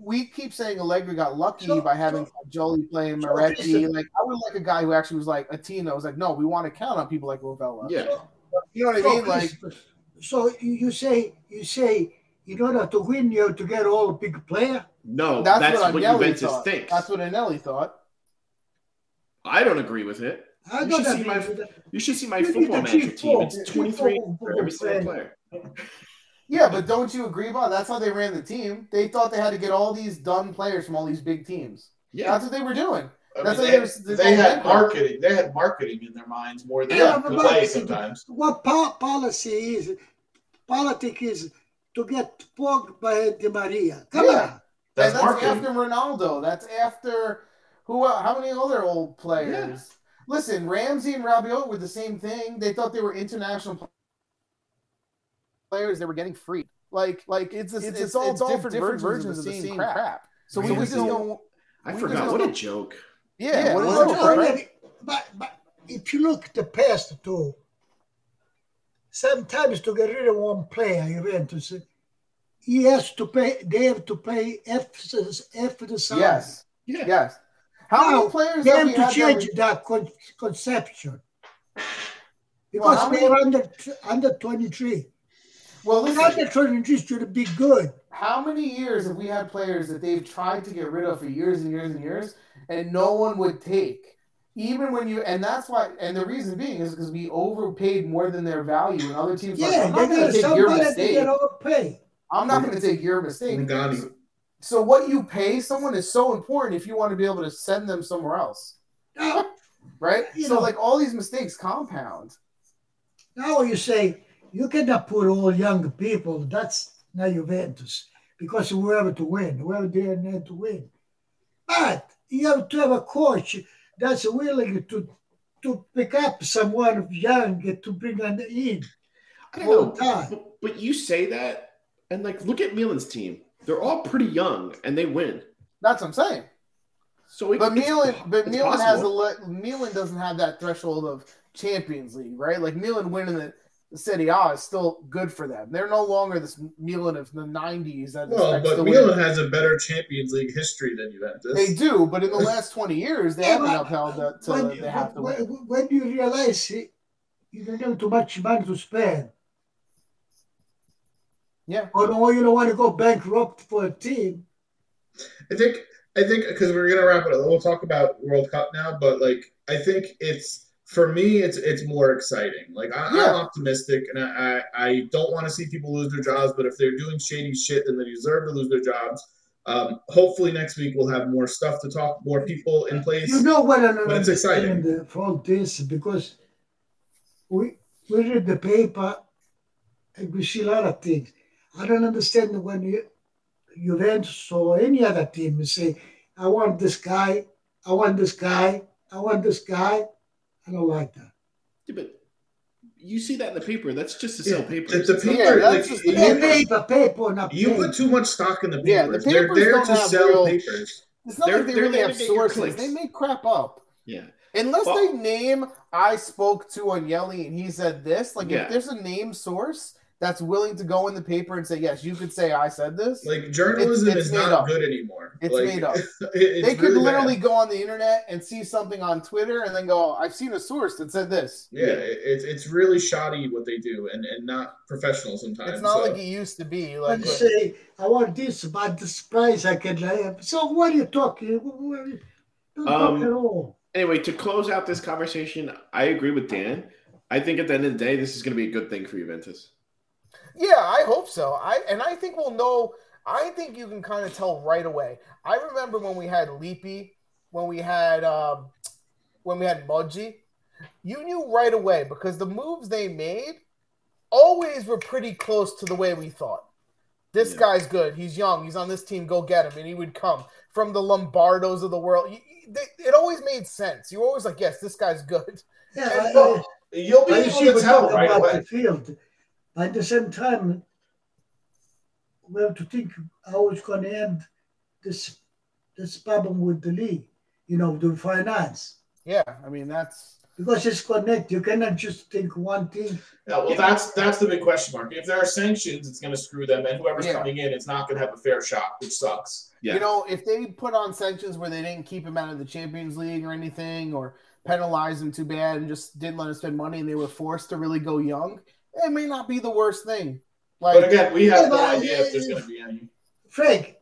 we keep saying Allegri got lucky
Sure,
by having
sure.
Jolly playing
Sure,
Moretti.
listen.
Like I would like a guy who actually was like a team that was like, no, we want to count on people like Rovella.
Yeah,
You know what I
So,
mean? Like
so you you say you say in order to win you have to get all big player.
no,
that's,
that's,
what,
what,
Anelli
Juventus
thought.
thinks.
That's what Anelli thought.
I don't agree with it.
I
You
don't
should see
agree
my-
with that.
You should see my
You need
football
to
manager
keep
team.
four-
It's
keep
23
four
for every single
football
player.
Yeah, but don't you agree, Bob? That's how they ran the team. They thought they had to get all these done players from all these big teams.
Yeah,
That's what they were doing.
I
That's what
mean, they,
they was-
they
they
had
were-
marketing. They had marketing in their minds more than
Yeah, but
the play
marketing-
sometimes.
What po- policy is politic is to get poked by Di Maria. Come
Yeah.
on.
That's,
and that's
marketing.
after Ronaldo. That's after who? el- How many other old players? Listen, Ramsey and Rabiot were the same thing. They thought they were international pl- players. They were getting free. Like, like it's it's, it's, all different, different versions of the same, crap. So we, just
Ramsey-
don't.
I
we
forgot.
just
What
don't-
a joke.
Yeah,
Yeah,
what
well,
is
no,
it,
no,
right?
But, but if you look at the past too, sometimes to get rid of one player, Juventus, he has to pay. They have to pay after after the salary.
Yes,
Yeah.
yes. How
Now,
many players
They
have we
have
had
to
that
change that con- conception
Well,
because
how
we
many-
are under under twenty three.
Well, listen,
Under twenty three should be good.
how many years have we had players that they've tried to get rid of for years and years and years and no one would take even when you and that's why and the reason being is because we overpaid more than their value and other teams are
Yeah,
like,
they
i'm not going
got
to take your
somebody to
mistake
get overpaid.
i'm not going to take your
Oh
mistake
Ngannou.
so what you pay someone is so important if you want to be able to send them somewhere else
Now,
right
You
so
know-
like all these mistakes compound
Now you say you cannot put all young people. That's not Juventus because whoever to win, whoever they are there to win. But you have to have a coach that's willing to to pick up someone young to bring on in.
I don't
all
know.
the time.
But, but you say that, and like, look at Milan's team. They're all pretty young, and they win.
that's what i'm saying
So it,
But
it's-
Milan, but
it's
Milan has a
possible.
le- Milan doesn't have that threshold of Champions League, right? Like Milan winning the, the Serie A is still good for them. They're no longer this Milan of the '90s that
Well,
expects to
but Milan
win.
has a better Champions League history than Juventus.
They do, but in the last 20 years, they
Yeah,
haven't
but
upheld that to
when,
they have to
when,
win.
when you realize eh, you don't have too much money to spend.
Yeah.
Or no, you don't want to go bankrupt for a team.
I think I think because we're gonna wrap it up. We'll talk about World Cup now, but like I think it's for me, it's it's more exciting. Like I,
Yeah.
I'm optimistic, and I I, I don't want to see people lose their jobs. But if they're doing shady shit, then they deserve to lose their jobs. Um, hopefully next week we'll have more stuff to talk, more people in place.
You know what? I don't
But it's
understand From this, because we we read the paper and we see a lot of things. I don't understand when you Juventus or any other team is say, "I want this guy, I want this guy, I want this guy." I don't like that.
Yeah, but you see that in the paper. That's just to sell
Yeah,
papers.
The, the
It's
paper,
Yeah,
not-
that's
like,
just the
you,
Yeah,
put-
paper, paper, not
you
paper.
put too much stock in the papers.
Yeah, the
they're
papers
there
don't
to
have
sell
real-
papers.
It's not
They're-
like they
they're
really
there
have
to get your
sources;
clicks.
they make crap up.
yeah.
Unless
Well-
they name I spoke to Agnelli and he said this, like
Yeah.
if there's a name source that's willing to go in the paper and say, yes, you could say I said this,
Like journalism
It's- it's
is
made
not
up.
good anymore.
it's
like,
made up.
it's
they could
really bad.
literally go on the internet and see something on Twitter and then go, I've seen a source that said this.
Yeah, it- it's it's really shoddy what they do, and and not professional sometimes.
It's not
so-
like it used to be. Like,
Let's say I want this about this price I can have. So what are you talking? What are you- Don't
Um,
talk at all.
Anyway, to close out this conversation, I agree with Dan. I think at the end of the day, this is going to be a good thing for Juventus.
Yeah, I hope so. I and I think we'll know. I think you can kind of tell right away. I remember when we had Leapy, when we had um, when we had Mudgy. You knew right away because the moves they made always were pretty close to the way we thought. This
Yeah.
guy's good. He's young. He's on this team. Go get him, and he would come from the Lombardos of the world. You- you- they- It always made sense. You were always like, "Yes, this guy's good."
Yeah,
And
I-
look, You'll be
I
able
see
to
we're
tell
talking
right
about the
away.
field. At the same time, we have to think how it's going to end this this problem with the league, you know, the finance.
Yeah, I mean that's
Because it's connected. You cannot just think one thing.
Yeah, well, that's that's the big question mark. If there are sanctions, it's going to screw them, and whoever's
Yeah.
coming in, it's not going to have a fair shot, which sucks.
Yeah.
You know, if they put on sanctions where they didn't keep him out of the Champions League or anything, or penalize him too bad and just didn't let him spend money, and they were forced to really go young, it may not be the worst thing. Like,
But again, we have no
Yeah, but-
idea if there's going to be any.
Frank,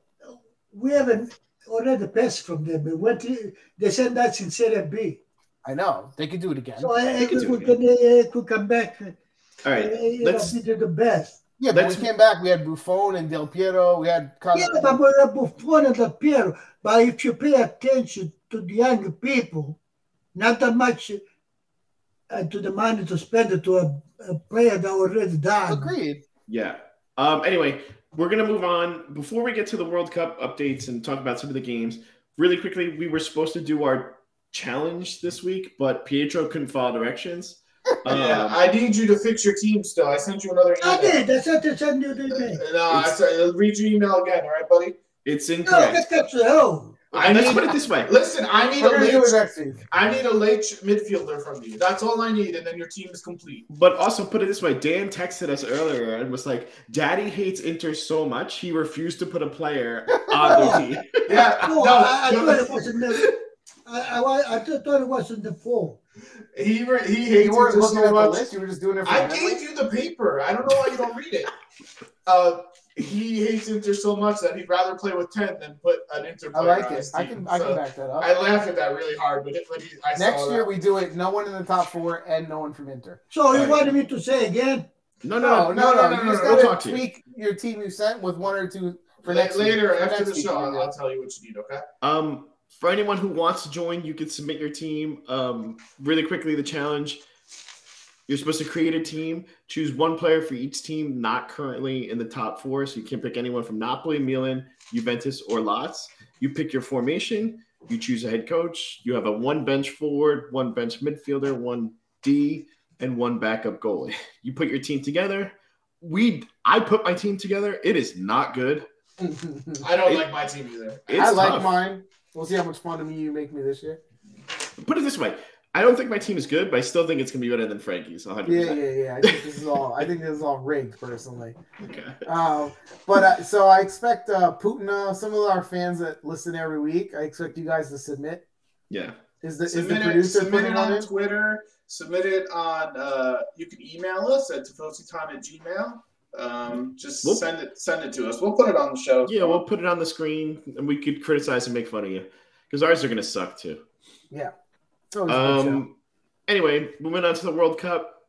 we haven't already passed from them. We went to- they sent us in Serie B.
I know they could do it again.
So I, I
They could
think
do
we
it
can, uh, could come back. uh,
All right.
you know,
let's-
we did the best.
Yeah, but we
That's-
came back. We had Buffon and Del Piero. We had kind
Yeah, but we're a Buffon and a Piero. But if you pay attention to the young people, not that much uh, to the money to spend it to a, a player that already died.
agreed.
Yeah. Um, anyway, we're going to move on. Before we get to the World Cup updates and talk about some of the games, really quickly, we were supposed to do our challenge this week, but Pietro couldn't follow directions. Um,
yeah, I need you to fix your team still. I sent you another
I
email.
did. I said to send you the name.
No, I said, uh, read your email again, all right, buddy?
it's
No,
incorrect.
that's up to hell.
I
Let's
need,
put it this way.
listen, I need a
We're gonna do it
late,
next week.
I need a late midfielder from you. That's all I need, and then your team is complete.
But also put it this way, Dan texted us earlier and was like, "Daddy hates Inter so much he refused to put a player on the team."
Yeah, no,
No, I, I
no,
thought it wasn't the. I, I, wa- I th- thought it wasn't the four.
he re- he hates
You weren't
it
looking
so
at the
much.
list. You were just doing it for
I
memory.
gave you the paper. I don't know why you don't read it. Uh, he hates Inter so much that he'd rather play with ten than put an Inter
I
player
like
on
it.
his
I
team.
can I
So
can back that up.
I laughed at that really hard, but it, but he, I
Next
saw
year
that.
we do it. No one in the top four and no one from Inter.
So you
Right.
wanted me to say again?
No, no,
no, no.
no,
you
no,
just
no,
gotta
we'll talk to you.
tweak your team you sent with one or two for
La-
next week.
later
For
after
next
the
week,
show.
you
I'll,
know.
I'll tell you what you need. Okay.
Um, for anyone who wants to join, you can submit your team. Um, really quickly, the challenge: you're supposed to create a team, choose one player for each team not currently in the top four, so you can't pick anyone from Napoli, Milan, Juventus, or Lots. You pick your formation, you choose a head coach. You have a one bench forward, one bench midfielder, one D, and one backup goalie. You put your team together. We, I put my team together. It is not good.
I don't
It-
like my team either.
It's
I like
tough.
mine. We'll see how much fun of me you make me this year.
put it this way. I don't think my team is good, but I still think it's going to be better than Frankie's. 100%.
Yeah, yeah, yeah. I think this is all. I think this is all rigged, personally.
Okay.
Um, but uh, so I expect uh, Putin. Uh, some of our fans that listen every week, I expect you guys to submit.
Yeah.
Is the is the
Submit it,
producer
submit
putting
it
on
on
it?
Twitter. Submit it on. Uh, you can email us at time at gmail. Um, just
Whoop.
send it send it to us. We'll put it on the show.
Yeah, we'll put it on the screen and we could criticize and make fun of you because ours are going to suck too.
Oh, It's always a good show.
Um, anyway, moving on to the World Cup.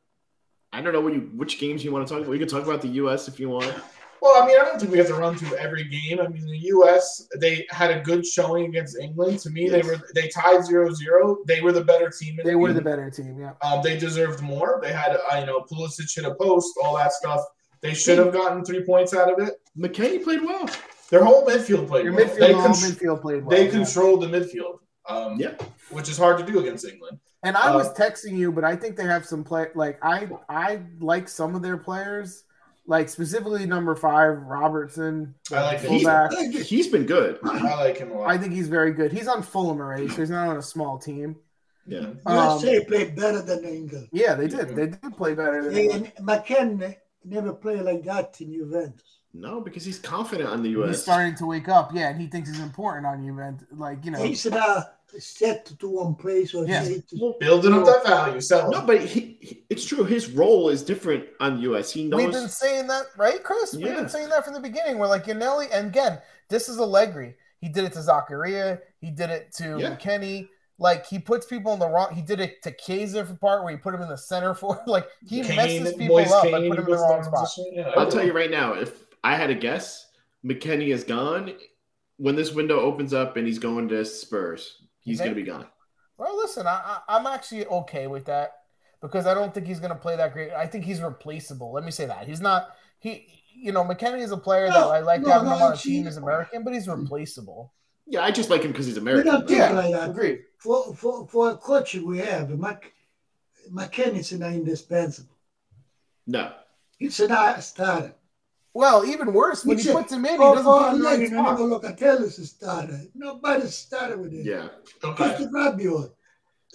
I don't know what you, which games you want to talk about. We could talk about the U.S. if you want.
Well, I mean, I don't think we have to run through every game. I mean, the U.S. they had a good showing against England. To me,
Yes.
they were they tied 0-0. They were the better team. In
They
the
were
game.
the better team. Yeah.
Um, they deserved more. They had uh, you know Pulisic hit a post, all that stuff. They should have gotten three points out of it.
McKay played well.
Their whole midfield played.
Your
well.
midfield,
they
the whole
contr-
midfield played well.
they
yeah.
controlled the midfield. Um,
Yeah.
which is hard to do against England.
And I
Uh,
was texting you, but I think they have some play. Like I, I like some of their players, like specifically number five Robertson.
I like him.
He's-
Fullback.
He's been good.
I like him a lot.
I think he's very good. He's on Fulham already, so he's not on a small team.
Yeah.
Um,
USA played better than England.
yeah, they did. They did play better than
And McKen never played like that in Juventus.
No, because he's confident on the
He's
U.S.
starting to wake up, yeah, and he thinks he's important on you, man. Like you know,
He's not "Ah, set to one place or
Yeah.
set to
Building up that value, selling.
No, but he, he- it's true. His role is different on the U.S. He
We've been
knows.
saying that, right, Chris? We've
Yeah.
been saying that from the beginning. We're like Yanelli, and again, this is Allegri. He did it to Zakaria. He did it to
Yeah.
Kenny. Like he puts people in the wrong. He did it to Kaiser for part where he put him in the center for. Like he messes people
Moise
up by
Kean
putting him in the
was
wrong
down
spot.
position. Yeah,
I'll tell you right now. If I had a guess, McKenny is gone. When this window opens up and he's going to Spurs, he's
Okay.
going to be gone.
Well, listen, I, I, I'm actually okay with that because I don't think he's going to play that great. I think he's replaceable. Let me say that he's not. He, you know, McKenny is a player that
No,
I like
no,
having
no,
him on a
he-
team. He's American, but he's replaceable.
Yeah, I just like him because he's
We
American.
don't think
Yeah.
like that.
agreed.
For for for a coach we have, Mc, McKen is not indispensable.
No,
He's not a starter.
Well, even worse when
He
he
said-
puts him in, he
Oh,
doesn't
for
put him in
Allegri,
the
no,
right
never
spot.
look at Taylor's a starter. Nobody started with it.
yeah,
Okay.
Just the Rabiot.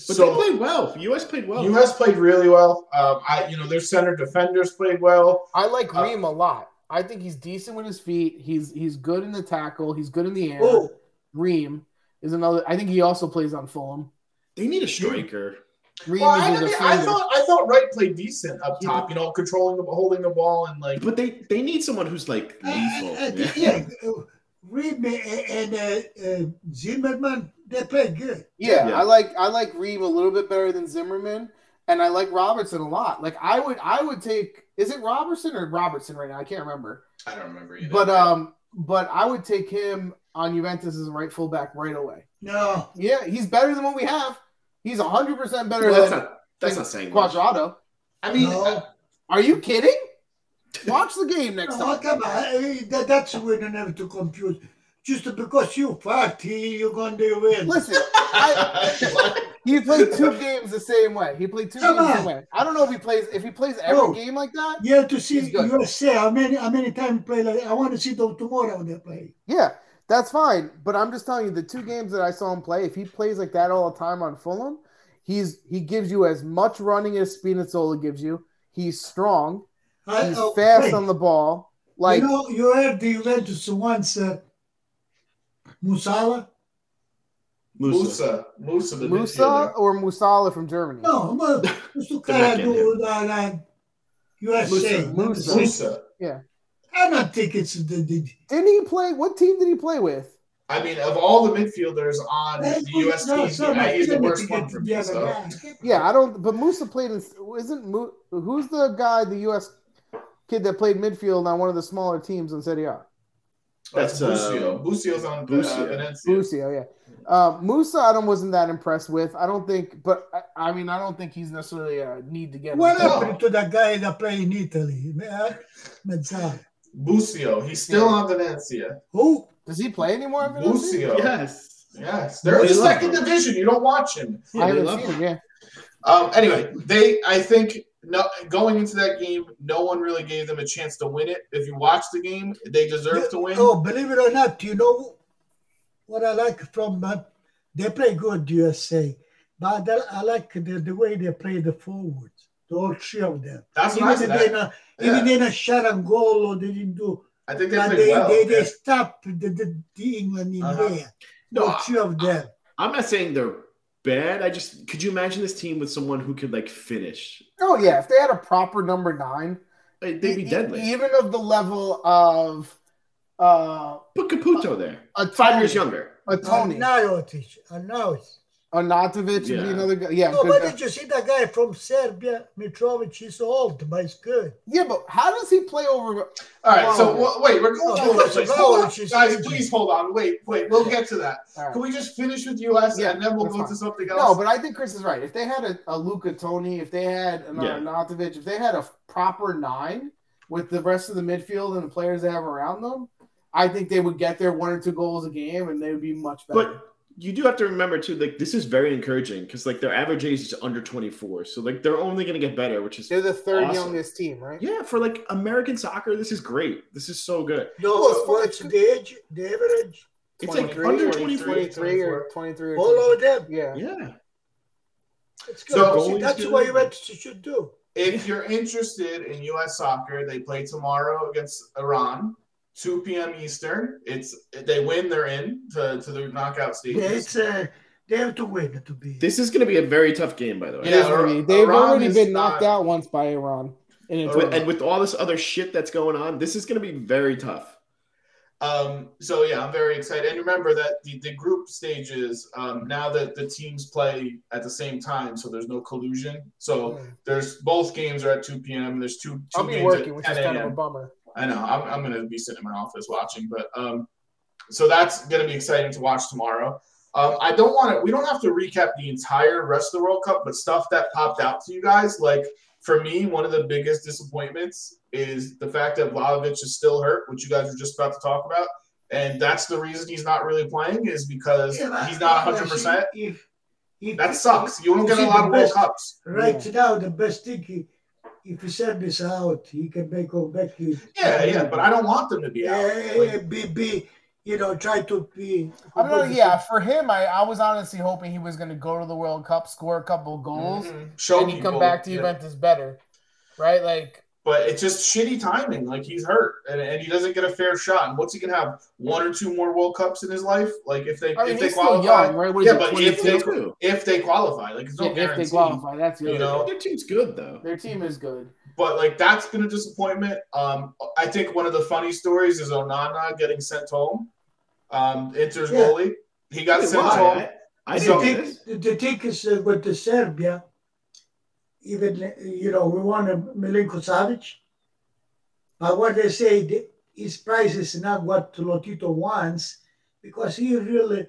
but
So-
they played well. U.S. played well.
U.S. played really well. Um, I, you know, their center defenders played well.
I like
Uh,
Reem a lot. I think he's decent with his feet. He's he's good in the tackle. He's good in the air.
Oh,
Reem is another. I think he also plays on Fulham.
They need a striker.
Reem
Well, I,
is a
don't think- I
defender.
thought I thought Wright played decent up top. You know, controlling the holding the ball and like
But they they need someone who's like lethal.
uh,
man.
yeah. Reed and uh, uh, Zimmerman, they play good.
Yeah,
Yeah.
I like I like Reem a little bit better than Zimmerman, and I like Robertson a lot. Like I would I would take is it Robertson or Robertson right now? I can't remember.
I don't remember. Either.
But um, but I would take him on Juventus as a right fullback right away.
No,
Yeah, he's better than what we have. He's hundred percent better
Well, that's
than
not that's not saying much.
Quadrado.
I mean,
no.
uh,
Are you kidding? Watch the game
Oh
next
No,
time.
come on. eh, That, that's when you never to confuse. Just because you party, you're going to win.
Listen,
uh,
I- he played two games the same way. He played two
Come
games the
on.
same way. I don't know if he plays if he plays every
Oh.
No.
game like that.
You have to see
He's good.
USA how many how many times play like I want to see them tomorrow when they play.
Yeah, that's fine. But I'm just telling you, the two games that I saw him play, if he plays like that all the time on Fulham, he's he gives you as much running as Spinazzola gives you. He's strong.
I-
He's
oh,
fast
wait.
on the ball. Like
you know, you heard the Juventus once uh, Musala?
Musa.
Musa, Musa, the
Musa or Musala from Germany.
No, no, questo cara
Dominican,
do da, da USA.
midfielder. Musa.
I don't think it's the, the
Didn't he play? What team did he play with?
I mean, of all the midfielders on the U.S.
No,
team,
it's not
yeah,
like
he's the
them
worst
to
one
get
for me.
together,
So.
man.
Yeah, I don't. But Musa played in. Isn't Mu, who's the guy? The U.S. kid that played midfield on one of the smaller teams in Serie A.
That's
That's,
Busio.
uh,
Busio's on
Busio.
Uh, Valencia.
Busio, yeah. Uh, Musa, I don't wasn't that impressed with. I don't think, but I, I mean, I don't think he's necessarily a need to get.
What
him.
happened to that guy that played in Italy? Ma- Mazzara.
Busio. He's still on Valencia.
Who?
Does he play anymore? in Valencia?
Busio.
Yes.
Yes. They're
They
in the
love
second
him.
division. You don't watch him.
I
Yeah, they
haven't
love
seen
him.
him. Yeah,
Um, anyway, they I think no, going into that game, no one really gave them a chance to win it. If you watch the game, they deserve to win.
Oh, believe it or not, you know what I like from that? They play good, USA, but I- I like the, the way they play the forwards, the all three of them.
That's what I
Even if they
said.
not,
Yeah.
even they not shot on goal or they didn't do,
I think they
but
played
they,
well.
they, they
yeah.
stopped the, the, the England in
Uh-huh.
there.
No,
all three of them.
I'm not saying they're bad. I just could you imagine this team with someone who could like finish?
Oh yeah, if they had a proper number nine,
Like, they'd be
e-
deadly.
e- Even of the level of uh,
Put Caputo there.
a
Five years
Tony-
younger.
a Tony,
Arnautovic, Arnautovic.
a Natovich would be
Yeah.
another guy. Yeah,
Ah, No,
good
but
guy.
did you see that guy from Serbia, Mitrovic? He's old, but he's good.
yeah, but how does he play over?
All right, so
Wow.
wh- wait, we're going
Oh,
all over the
that's
place.
a
Hold
goal,
on.
she's
Guys,
huge.
please hold on. Wait, wait, we'll get to that.
All right.
Can we just finish with US
Yeah,
and then we'll
that's
go
fine.
to something
No,
else?
but I think Chris is right. If they had a, a Luca Tony, if they had an
Yeah.
Arnautovic, if they had a proper nine with the rest of the midfield and the players they have around them, I think they would get there one or two goals a game and they would be much better.
But you do have to remember too, like this is very encouraging because like their average age is under 24, so like they're only gonna get better, which is
They're the third
Awesome.
youngest team, right?
yeah for like American soccer. This is great. This is so good.
No,
Well, it's-
what's the age, the average?
It's like
23,
under
23
24.
or 23 or
All of them.
Yeah.
Yeah,
It's good.
So-
See, that's what your register should do.
If you're interested in U.S. soccer, they play tomorrow against Iran, 2 p.m. Eastern. It's if they win, they're in to, to the knockout stages.
It's, uh, they have to win to be.
This is going to be a very tough game, by the way.
It is
Yeah,
gonna be-
Ar-
They've
Iran
already
is
been
not-
knocked out once by Iran. In a
Iran-
With-
tournament.
and with all this other shit that's going on, this is going to be very tough.
Um, so yeah, I'm very excited. And remember that the, the group stages um, now that the teams play at the same time, so there's no collusion. So there's both games are at 2 p.m. and there's two. two
I'll be
games
working,
at
which is
10
kind of a
a.m..
bummer.
I know. I'm, I'm going to be sitting in my office watching, but um, so that's going to be exciting to watch tomorrow. Um, I don't want to. We don't have to recap the entire rest of the World Cup, but stuff that popped out to you guys. Like for me, one of the biggest disappointments is the fact that Vlahovic is still hurt, which you guys were just about to talk about, and that's the reason he's not really playing is because
Yeah, but-
he's not
but
100. percent
if- if-
That sucks. You don't get a lot of World Cups.
Right now, the best thing, he- if he send us out, he can make go back. to-
Yeah, yeah, but I don't want them to be out.
Yeah, yeah,
Like,
yeah, be, be, you know, try to be.
I don't know. Yeah, for him, I, I was honestly hoping he was going to go to the World Cup, score a couple goals,
Mm-hmm.
mhm. Show
and he
people,
come back to
yeah.
Juventus better, right? Like,
But it's just shitty timing. Like he's hurt and, and he doesn't get a fair shot. And what's he gonna have? One or two more World Cups in his life? Like if they
I mean,
if they
he's still
qualify,
young, right? What is
yeah.
it,
But if they
22.
if they qualify, like it's no
Yeah, if
guarantee.
they qualify, that's the
you
other
know?
Their team's good, though.
Their team is good.
But like that's been a disappointment. Um, I think one of the funny stories is Onana getting sent home. Um, Inter's
Yeah.
goalie, he got
Why?
sent home.
I, I
the
know
thing,
this.
the, the thing is uh, with the Serbia, even, uh, you know, we want a Milinko Savic. But what they say, the, his price is not what Lotito wants because he really,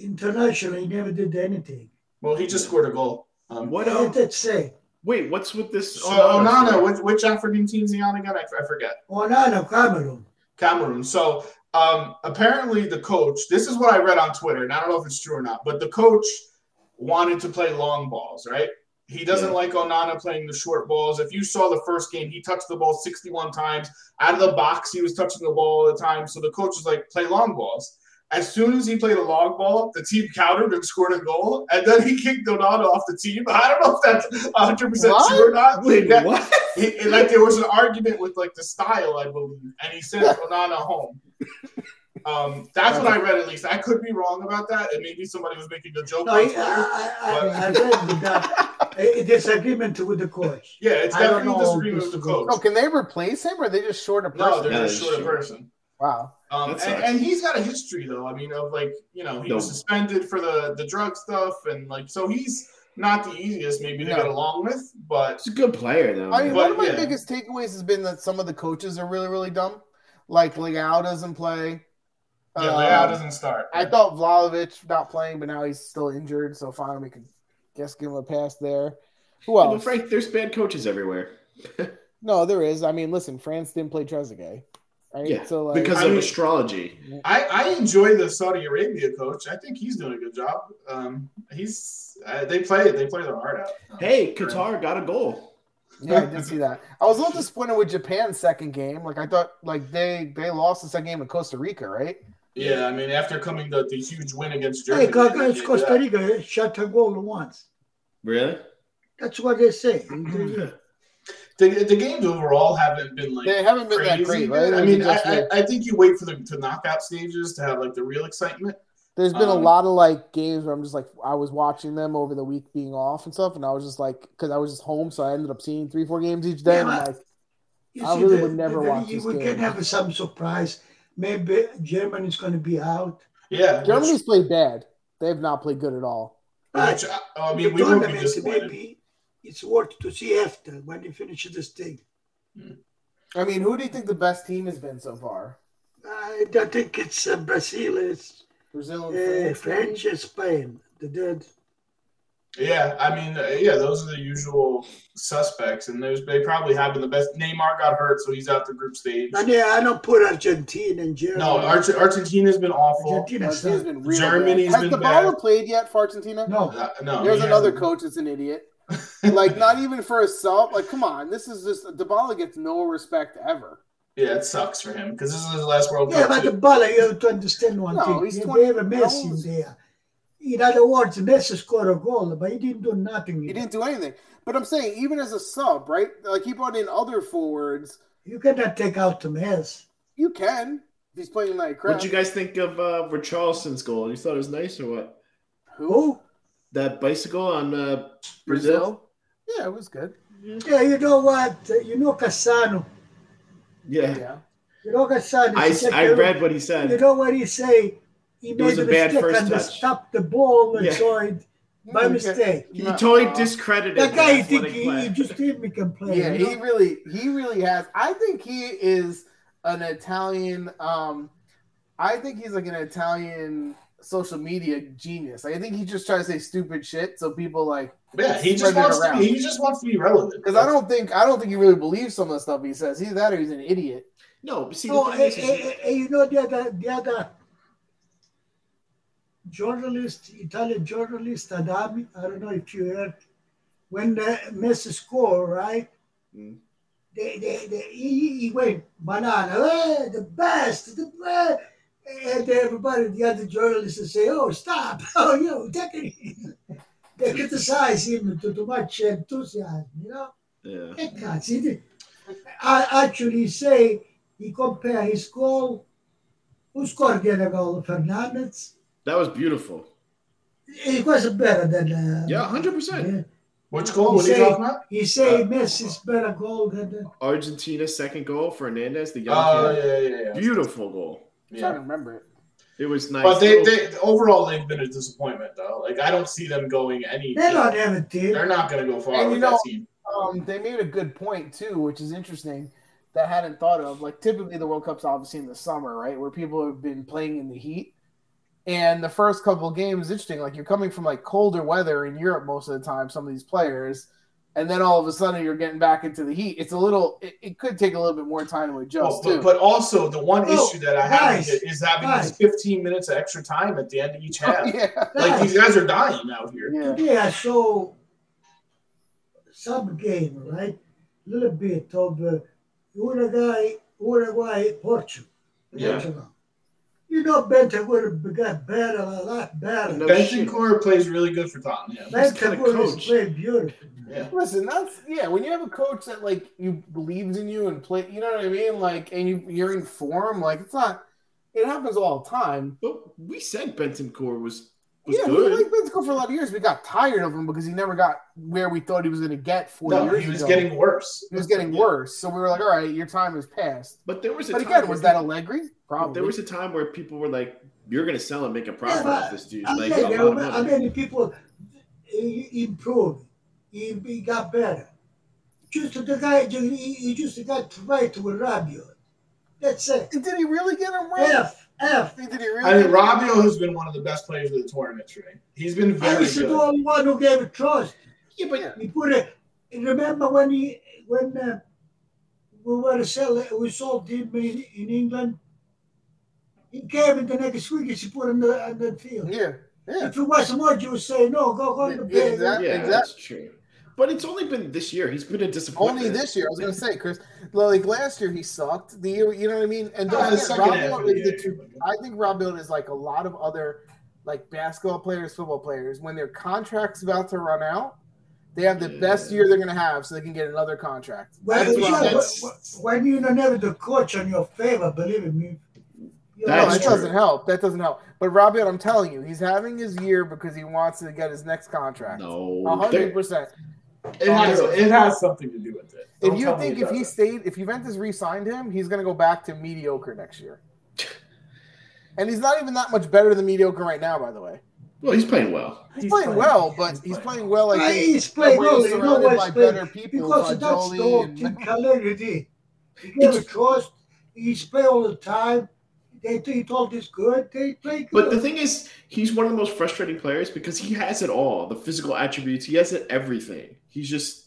internationally, never did anything.
Well, he just scored a goal. Um,
What?
What
Um,
did it say?
wait, what's with this?
so
Onana
Onana,
story?
which, which African team's he on again? I, I forget.
Onana, Cameroon.
Cameroon. So um, apparently, the coach. This is what I read on Twitter, and I don't know if it's true or not. But the coach wanted to play long balls, right? He doesn't
Yeah.
like Onana playing the short balls. If you saw the first game, he touched the ball 61 times out of the box. He was touching the ball all the time. So the coach was like, "Play long balls." As soon as he played a long ball, the team countered and scored a goal, and then he kicked Onana off the team. I don't know if that's 100 percent true or not.
Wait,
That-
what?
he, and, like there was an argument with like the style, I believe, and he sent Onana home. Um, that's what I read at least. I could be wrong about that, and maybe somebody was making a joke.
No,
on
I,
Twitter.
I, I, I read that a disagreement with the coach.
yeah, it's
I don't
definitely
know
disagreement
if
with the
this
coach.
no, Oh, can they replace him, or are they just short a person?
No, they're
Yeah,
just
that's
short a
true.
person.
wow.
Um,
That
and,
sucks.
and he's got a history though. I mean, of like you know he was
No.
suspended for the the drug stuff, and like so he's not the easiest maybe to
No.
get along with, but
He's a good player, though.
I mean,
man.
one of my
But, yeah.
biggest takeaways has been that some of the coaches are really, really dumb. Like Leao doesn't play.
yeah,
Uh,
Um,
Leao doesn't start.
I thought Vlahovic not playing, but now he's still injured, so finally we can guess give him a pass there. Who
Well,
else?
Frank, there's bad coaches everywhere.
No, there is. I mean, listen, France didn't play Trezeguet, right?
Yeah,
so like,
Because
I
of
mean-
astrology.
I, I enjoy the Saudi Arabia coach. I think he's doing a good job. Um, he's uh, they play they play their heart out.
Hey, Qatar got a goal.
yeah, I did see that. I was a little disappointed with Japan's second game. Like, I thought like they they lost the second game with Costa Rica, right?
Yeah, I mean after coming the, the huge win against Germany,
Hey, Gaga, it's
yeah.
Costa Rica, eh? shot a goal once.
Really?
That's what they say.
Mm-hmm.
The, the games overall haven't been like
They haven't been that
crazy.
great, right?
I
It was
mean, I,
just,
I,
like,
I think you wait for them to knockout stages to have like the real excitement.
there's been a
um,
lot of like games where I'm just like I was watching them over the week being off and stuff, and I was just like because I was just home, so I ended up seeing three four games each day.
Yeah,
and I'm
but-
like,
You
I
see,
really
the-
would never
the-
watch
you-
this
We
game.
can have some surprise. Maybe Germany's going to be out.
Yeah, which,
Germany's played bad. They have not played good at all.
But
which, I, I
the
mean, we would be
tournament,
disappointed.
maybe it's worth to see after when they finish this thing.
I mean, who do you think the best team has been so far?
I don't think it's uh, Brazil, it's
Brazil and
Eh,
uh,
Oh, France, maybe?
French, and Spain. The dead.
Yeah, I mean, uh, yeah, those are the usual suspects, and there's they probably have been the best. Neymar got hurt, so he's out the group stage.
And yeah, I don't put Argentina and Germany.
No, Arge- Argentina's been awful.
Argentina's
Argentina's
not.
been real
Germany's
bad. Has
been
the
bad.
baller played yet for Argentina?
No,
Uh, no,
There's
he
another
hasn't.
coach that's an idiot. Like not even for a sub. Like come on, this is just Dybala gets no respect ever.
Yeah, it sucks for him because this is his last World
Yeah,
Cup.
but the
too.
baller, you have to understand one
No,
thing.
he's
They
20
have a Messi
years
in there. in other words, Messi scored a goal, but he didn't do nothing.
He didn't do anything. But I'm saying, even as a sub, right? Like he brought in other forwards.
You cannot take out the mess.
You can. If he's playing like crap.
What'd you guys think of uh, Richarlison's goal? You thought it was nice or what?
Who?
That bicycle on uh, Brazil?
Yeah, it was good.
Yeah, you know what? You know Cassano.
Yeah.
Yeah.
You know Cassano.
I,
He said,
I
you know-
read what he
You
said.
know what he say? He made
was
a
a bad
mistake
first
and they
touch.
stopped the ball and
Yeah.
so it by
Okay.
mistake.
He
Uh,
totally discredited
That guy,
the
he think
athletic
he,
player.
he just did me complain.
Yeah,
you know?
he really he really has. I think he is an Italian um I think he's like an Italian social media genius. Like, I think he just tries to say stupid shit so people like
Yeah, he just
Spread it
wants to
around.
be, he just wants to be relevant.
cuz I don't think I don't think he really believes some of the stuff he says. Either that or he's an idiot.
No, but see,
Oh,
the thing
hey,
is,
hey,
is,
hey, hey, you know the other, the other journalist, Italian journalist Adami. I don't know if you heard when uh, Messi scored, right?
Mm.
They, they, they, he, he went banana. "Hey, the best, the best. And everybody, the other journalists, would say, "Oh, stop! Oh, you take it." They criticize him to too much enthusiasm, you know.
yeah.
Eh, cazzo, he did- I actually say he compare his goal. Who scored the other goal? Fernandez.
That was beautiful.
It was better than. Uh,
Yeah, 100%.
yeah.
Which goal? What are you
Say-
talking about?
He say
Uh,
Messi's better goal than. Uh,
Argentina's second goal, Fernandez, the young
Oh
kid.
yeah, yeah, yeah.
Beautiful goal.
I'm
yeah.
trying to remember it.
It was nice. Oh,
But they,
Little-
they overall they've been a disappointment though. Like I don't see them going any.
they don't have a team.
They're not going to go far
And you
with
know-
that team.
Um they made a good point too, which is interesting that I hadn't thought of. Like typically the World Cup's obviously in the summer, right? Where people have been playing in the heat. And the first couple of games, interesting. Like you're coming from like colder weather in Europe most of the time. Some of these players, and then all of a sudden you're getting back into the heat. It's a little. It, it could take a little bit more time to
Well,
adjust
Oh, but,
too.
but also the one
Oh,
issue that I have
nice.
with it is having
Nice.
these 15 minutes of extra time at the end of each
Oh,
half.
yeah,
Like these guys are dying out here.
yeah,
Yeah, so some game, right? little bit of uh, Uruguay, Uruguay, Portugal.
Yeah.
Portugal. You know, Benta would have got better, a lot better.
No shit.
Benton plays really good for Tottenham.
That's
Benta
kinda
would have
coach.
played beautiful.
Yeah.
Listen, that's yeah. When you have a coach that like you believes in you and play, you know what I mean. Like, and you you're in form. Like it's not. It happens all the time.
But oh, we said Bentoncourt was was
Yeah,
good.
we liked Benfica for a lot of years. We got tired of him because he never got where we thought he was going to get four
No,
years
he was
ago.
getting worse.
he was getting worse. So we were like, all right, your time has passed.
but there was a
But
time
again, was
where
that Allegri?
people-
Probably.
there was a time where people were like, "You're going to sell and make a
Yeah,
profit
but-
off this dude."
Okay,
Like, a
there
lot of
were how
money.
many people he improved? He, he got better. Just the guy, he, he just got right to rob you. That's it.
And did he really get him right?
F, F.
I mean, did he really?
I mean, Robbio has been one of the best players of the tournament for me. He's been
I
very
was the
good.
only one who gave it trust.
yeah, but
He put it. Remember when he when uh, we were selling, we sold him in, in England. He came in the next week. He put him on the field.
yeah, yeah.
If it wasn't much, you would say no. Go go to
Yeah,
bed.
exactly.
yeah,
Exact-
that's true. But it's only been this year. He's been a disappointment.
Only this year, I was gonna say, Chris. Like last year, he sucked. The year, you know what I mean. And
Uh,
don't
the
forget,
second half of
Robbio
the
is the
year,
two I think Rob Bill is like a lot of other like basketball players, football players, when their contract's about to run out, they have the
Yeah.
best year they're gonna have so they can get another contract.
When,
That's
you
what
know,
that's-
when you don't have the coach on your favor, believe me.
No,
That's
you're
that
right.
true.
doesn't help. That doesn't help. But Rob Bill, I'm telling you, he's having his year because he wants to get his next contract.
No,
hundred
They're-
percent.
It has, it has something to do with it.
If
Don't
you
tell me
think
it
if he
doesn't.
stayed, if Juventus re-signed him, he's gonna go back to mediocre next year. And he's not even that much better than mediocre right now, by the way.
well, he's playing well.
He's,
He's
playing,
playing-
well, but he's,
he's
playing,
playing
well. I
Well,
think
he's playing
We're
well. You know
surrounded
why
by
he's playing?
better people,
Because that's the whole
Fagioli
team
and-
Caleri did. He gave it trust. He's played all the time. They he told this good. They play good.
But the thing is, he's one of the most frustrating players because he has it all—the physical attributes. He has it everything. He's just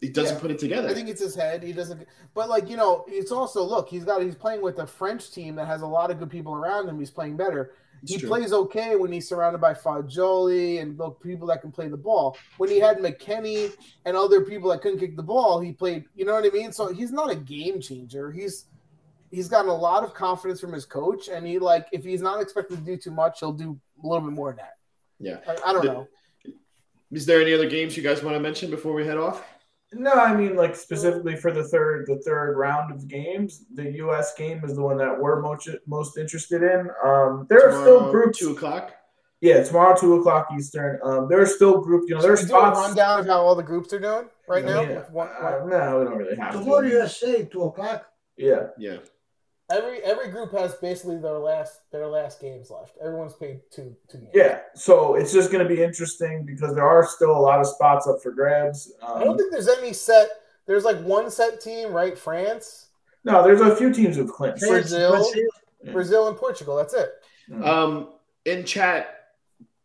he doesn't
Yeah.
put it together.
I think it's his head. He doesn't. But like you know, it's also look. He's got. He's playing with a French team that has a lot of good people around him. He's playing better.
It's
he
true.
plays okay when he's surrounded by Fagioli and look, people that can play the ball. When he had McKenny and other people that couldn't kick the ball, he played. You know what I mean? So he's not a game changer. He's he's gotten a lot of confidence from his coach, and he like if he's not expected to do too much, he'll do a little bit more than that.
Yeah.
I, I don't
The-
know.
Is there any other games you guys want to mention before we head off?
No, I mean like specifically for the third the third round of games, the U.S. game is the one that we're most most interested in. Um, there are still
Tomorrow,
groups.
two o'clock.
Yeah, tomorrow two o'clock Eastern. Um, there are still groups. You know, there are
Should we do a
spots.
rundown of how all the groups are doing right now?
Yeah.
With one-
Uh, no, we don't really have
Tomorrow
to.
USA, 2 o'clock.
Yeah,
Yeah.
Every every group has basically their last their last games left. Everyone's played two two games.
yeah. So it's just going to be interesting because there are still a lot of spots up for grabs.
I don't
Um,
think there's any set. There's like one set team, right? France,
no, there's a few teams who've clinched.
Brazil,
Yeah.
Brazil, and Portugal. That's it.
Um, in chat,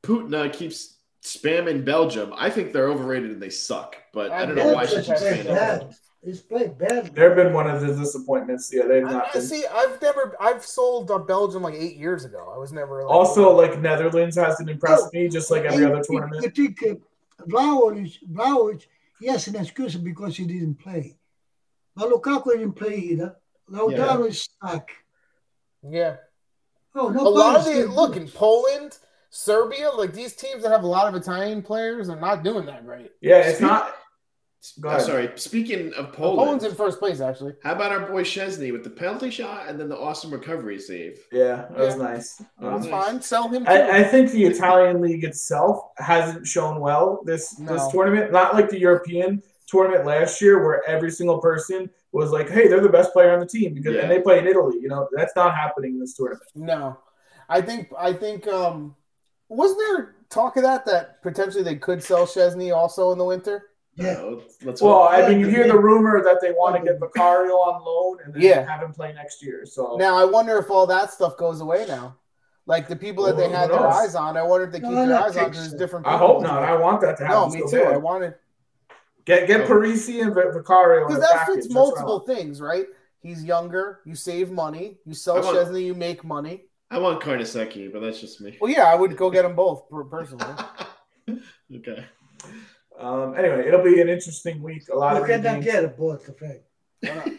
Putin uh, keeps spamming Belgium. I think they're overrated and they suck, but I don't know why she
Belgium
keeps
played
saying that.
bad. He's played bad.
They've been one of the disappointments. Yeah, they've
I,
not
I
been.
see. I've never. I've sold on Belgium like eight years ago. I was never. Like,
Also, like Netherlands hasn't impressed me, just like every
And
other
you-
tournament.
You think uh, Vlahovic, Vlahovic, he has an excuse because he didn't play. But Lukaku didn't play either. Lautaro is stuck.
yeah.
Oh,
A
no
lot of the look in Poland, Serbia, like these teams that have a lot of Italian players are not doing that great.
Yeah, it's not. Go
I'm
ahead.
sorry. Speaking of
Poland's
Poland,
in first place actually.
how about our boy Chesney with the penalty shot and then the awesome recovery save?
Yeah, that was
Yeah.
nice.
That's
Um,
fine. Sell him. Too.
I, I think the Italian league itself hasn't shown well this this
No.
tournament. Not like the European tournament last year, where every single person was like, "Hey, they're the best player on the team," because
Yeah.
and they play in Italy. You know, that's not happening in this tournament.
No, I think I think um, wasn't there talk of that that potentially they could sell Chesney also in the winter?
Yeah.
Uh, let's
Well,
hope.
I mean, you hear the rumor that they want to get Vicario on loan and then
Yeah.
have him play next year. So
Now I wonder if all that stuff goes away now. Like the people that they
Well,
had
who
their
knows?
eyes on, I wonder if they
No,
keep
I
their
don't
eyes on
think
because
so.
different.
I
people.
hope not. I want that to happen.
no, me
so
too. I
bad.
wanted
Get get Parisi and Vi- Vicario
because
because
that fits multiple things, right? He's younger. You save money. You sell
I want-
Chesney. You make money.
I want Karnaseki, but that's just me.
Well, yeah, I would go get them both per- personally.
okay.
Um, anyway, it'll be an interesting week. A lot
You
of good
cannot
games.
get it, both of them.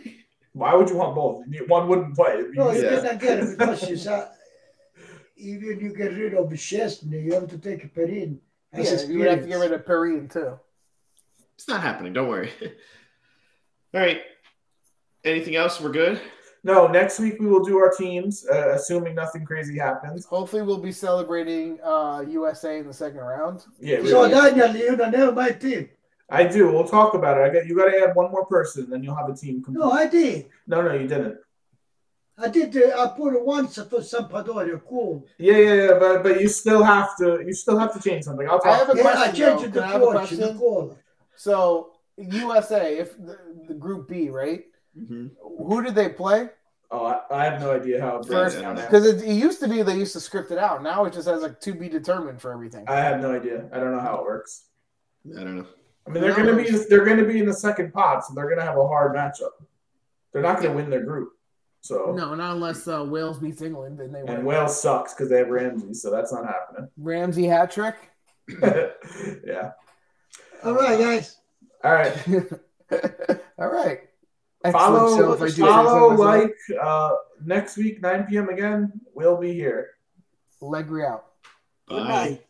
Why would you want both? One wouldn't play. It'd be
No, you
Yeah.
cannot get it because it's, uh, even you get rid of Chesney, you have to take Perin.
yeah,
as
you would have to get
experience.
rid of Perrine too.
It's not happening. Don't worry. All right. Anything else? We're good.
No, next week we will do our teams, uh, assuming nothing crazy happens.
Hopefully, we'll be celebrating uh, USA in the second round.
Yeah, we
So
will.
Daniel, you don't have my team.
I do. We'll talk about it. I got you. Got to add one more person, then you'll have a team. Complete.
No, I did.
no, no, you didn't.
I did. Uh, I put once for Sampadoria. Cool.
Yeah, yeah, yeah. But but you still have to. You still have to change something. I'll
I
talk.
have a
Yeah, I
question. though.
changed the
Can I have a
coach, the
question?
caller.
So USA, if the, the Group B, right?
Mm-hmm.
Who did they play?
oh, I, I have no idea how. It breaks
First-
down.
Because it, it used to be they used to script it out. Now it just has like to be determined for everything.
I have no idea. I don't know how it works.
I don't know.
I mean, they're going to be they're going to be in the second pot, so they're going to have a hard matchup. They're not going to win their group. So
No, not unless uh, Wales beats England and they
and
win.
Wales sucks because they have Ramsey, so that's not
Ramsey hat trick.
happening. yeah.
All right, guys.
All right.
All right.
follow,
Excellent show, if I do say so
follow,
myself.
like. Uh, next week, 9 p.m. again, we'll be here.
Legri out.
Good night.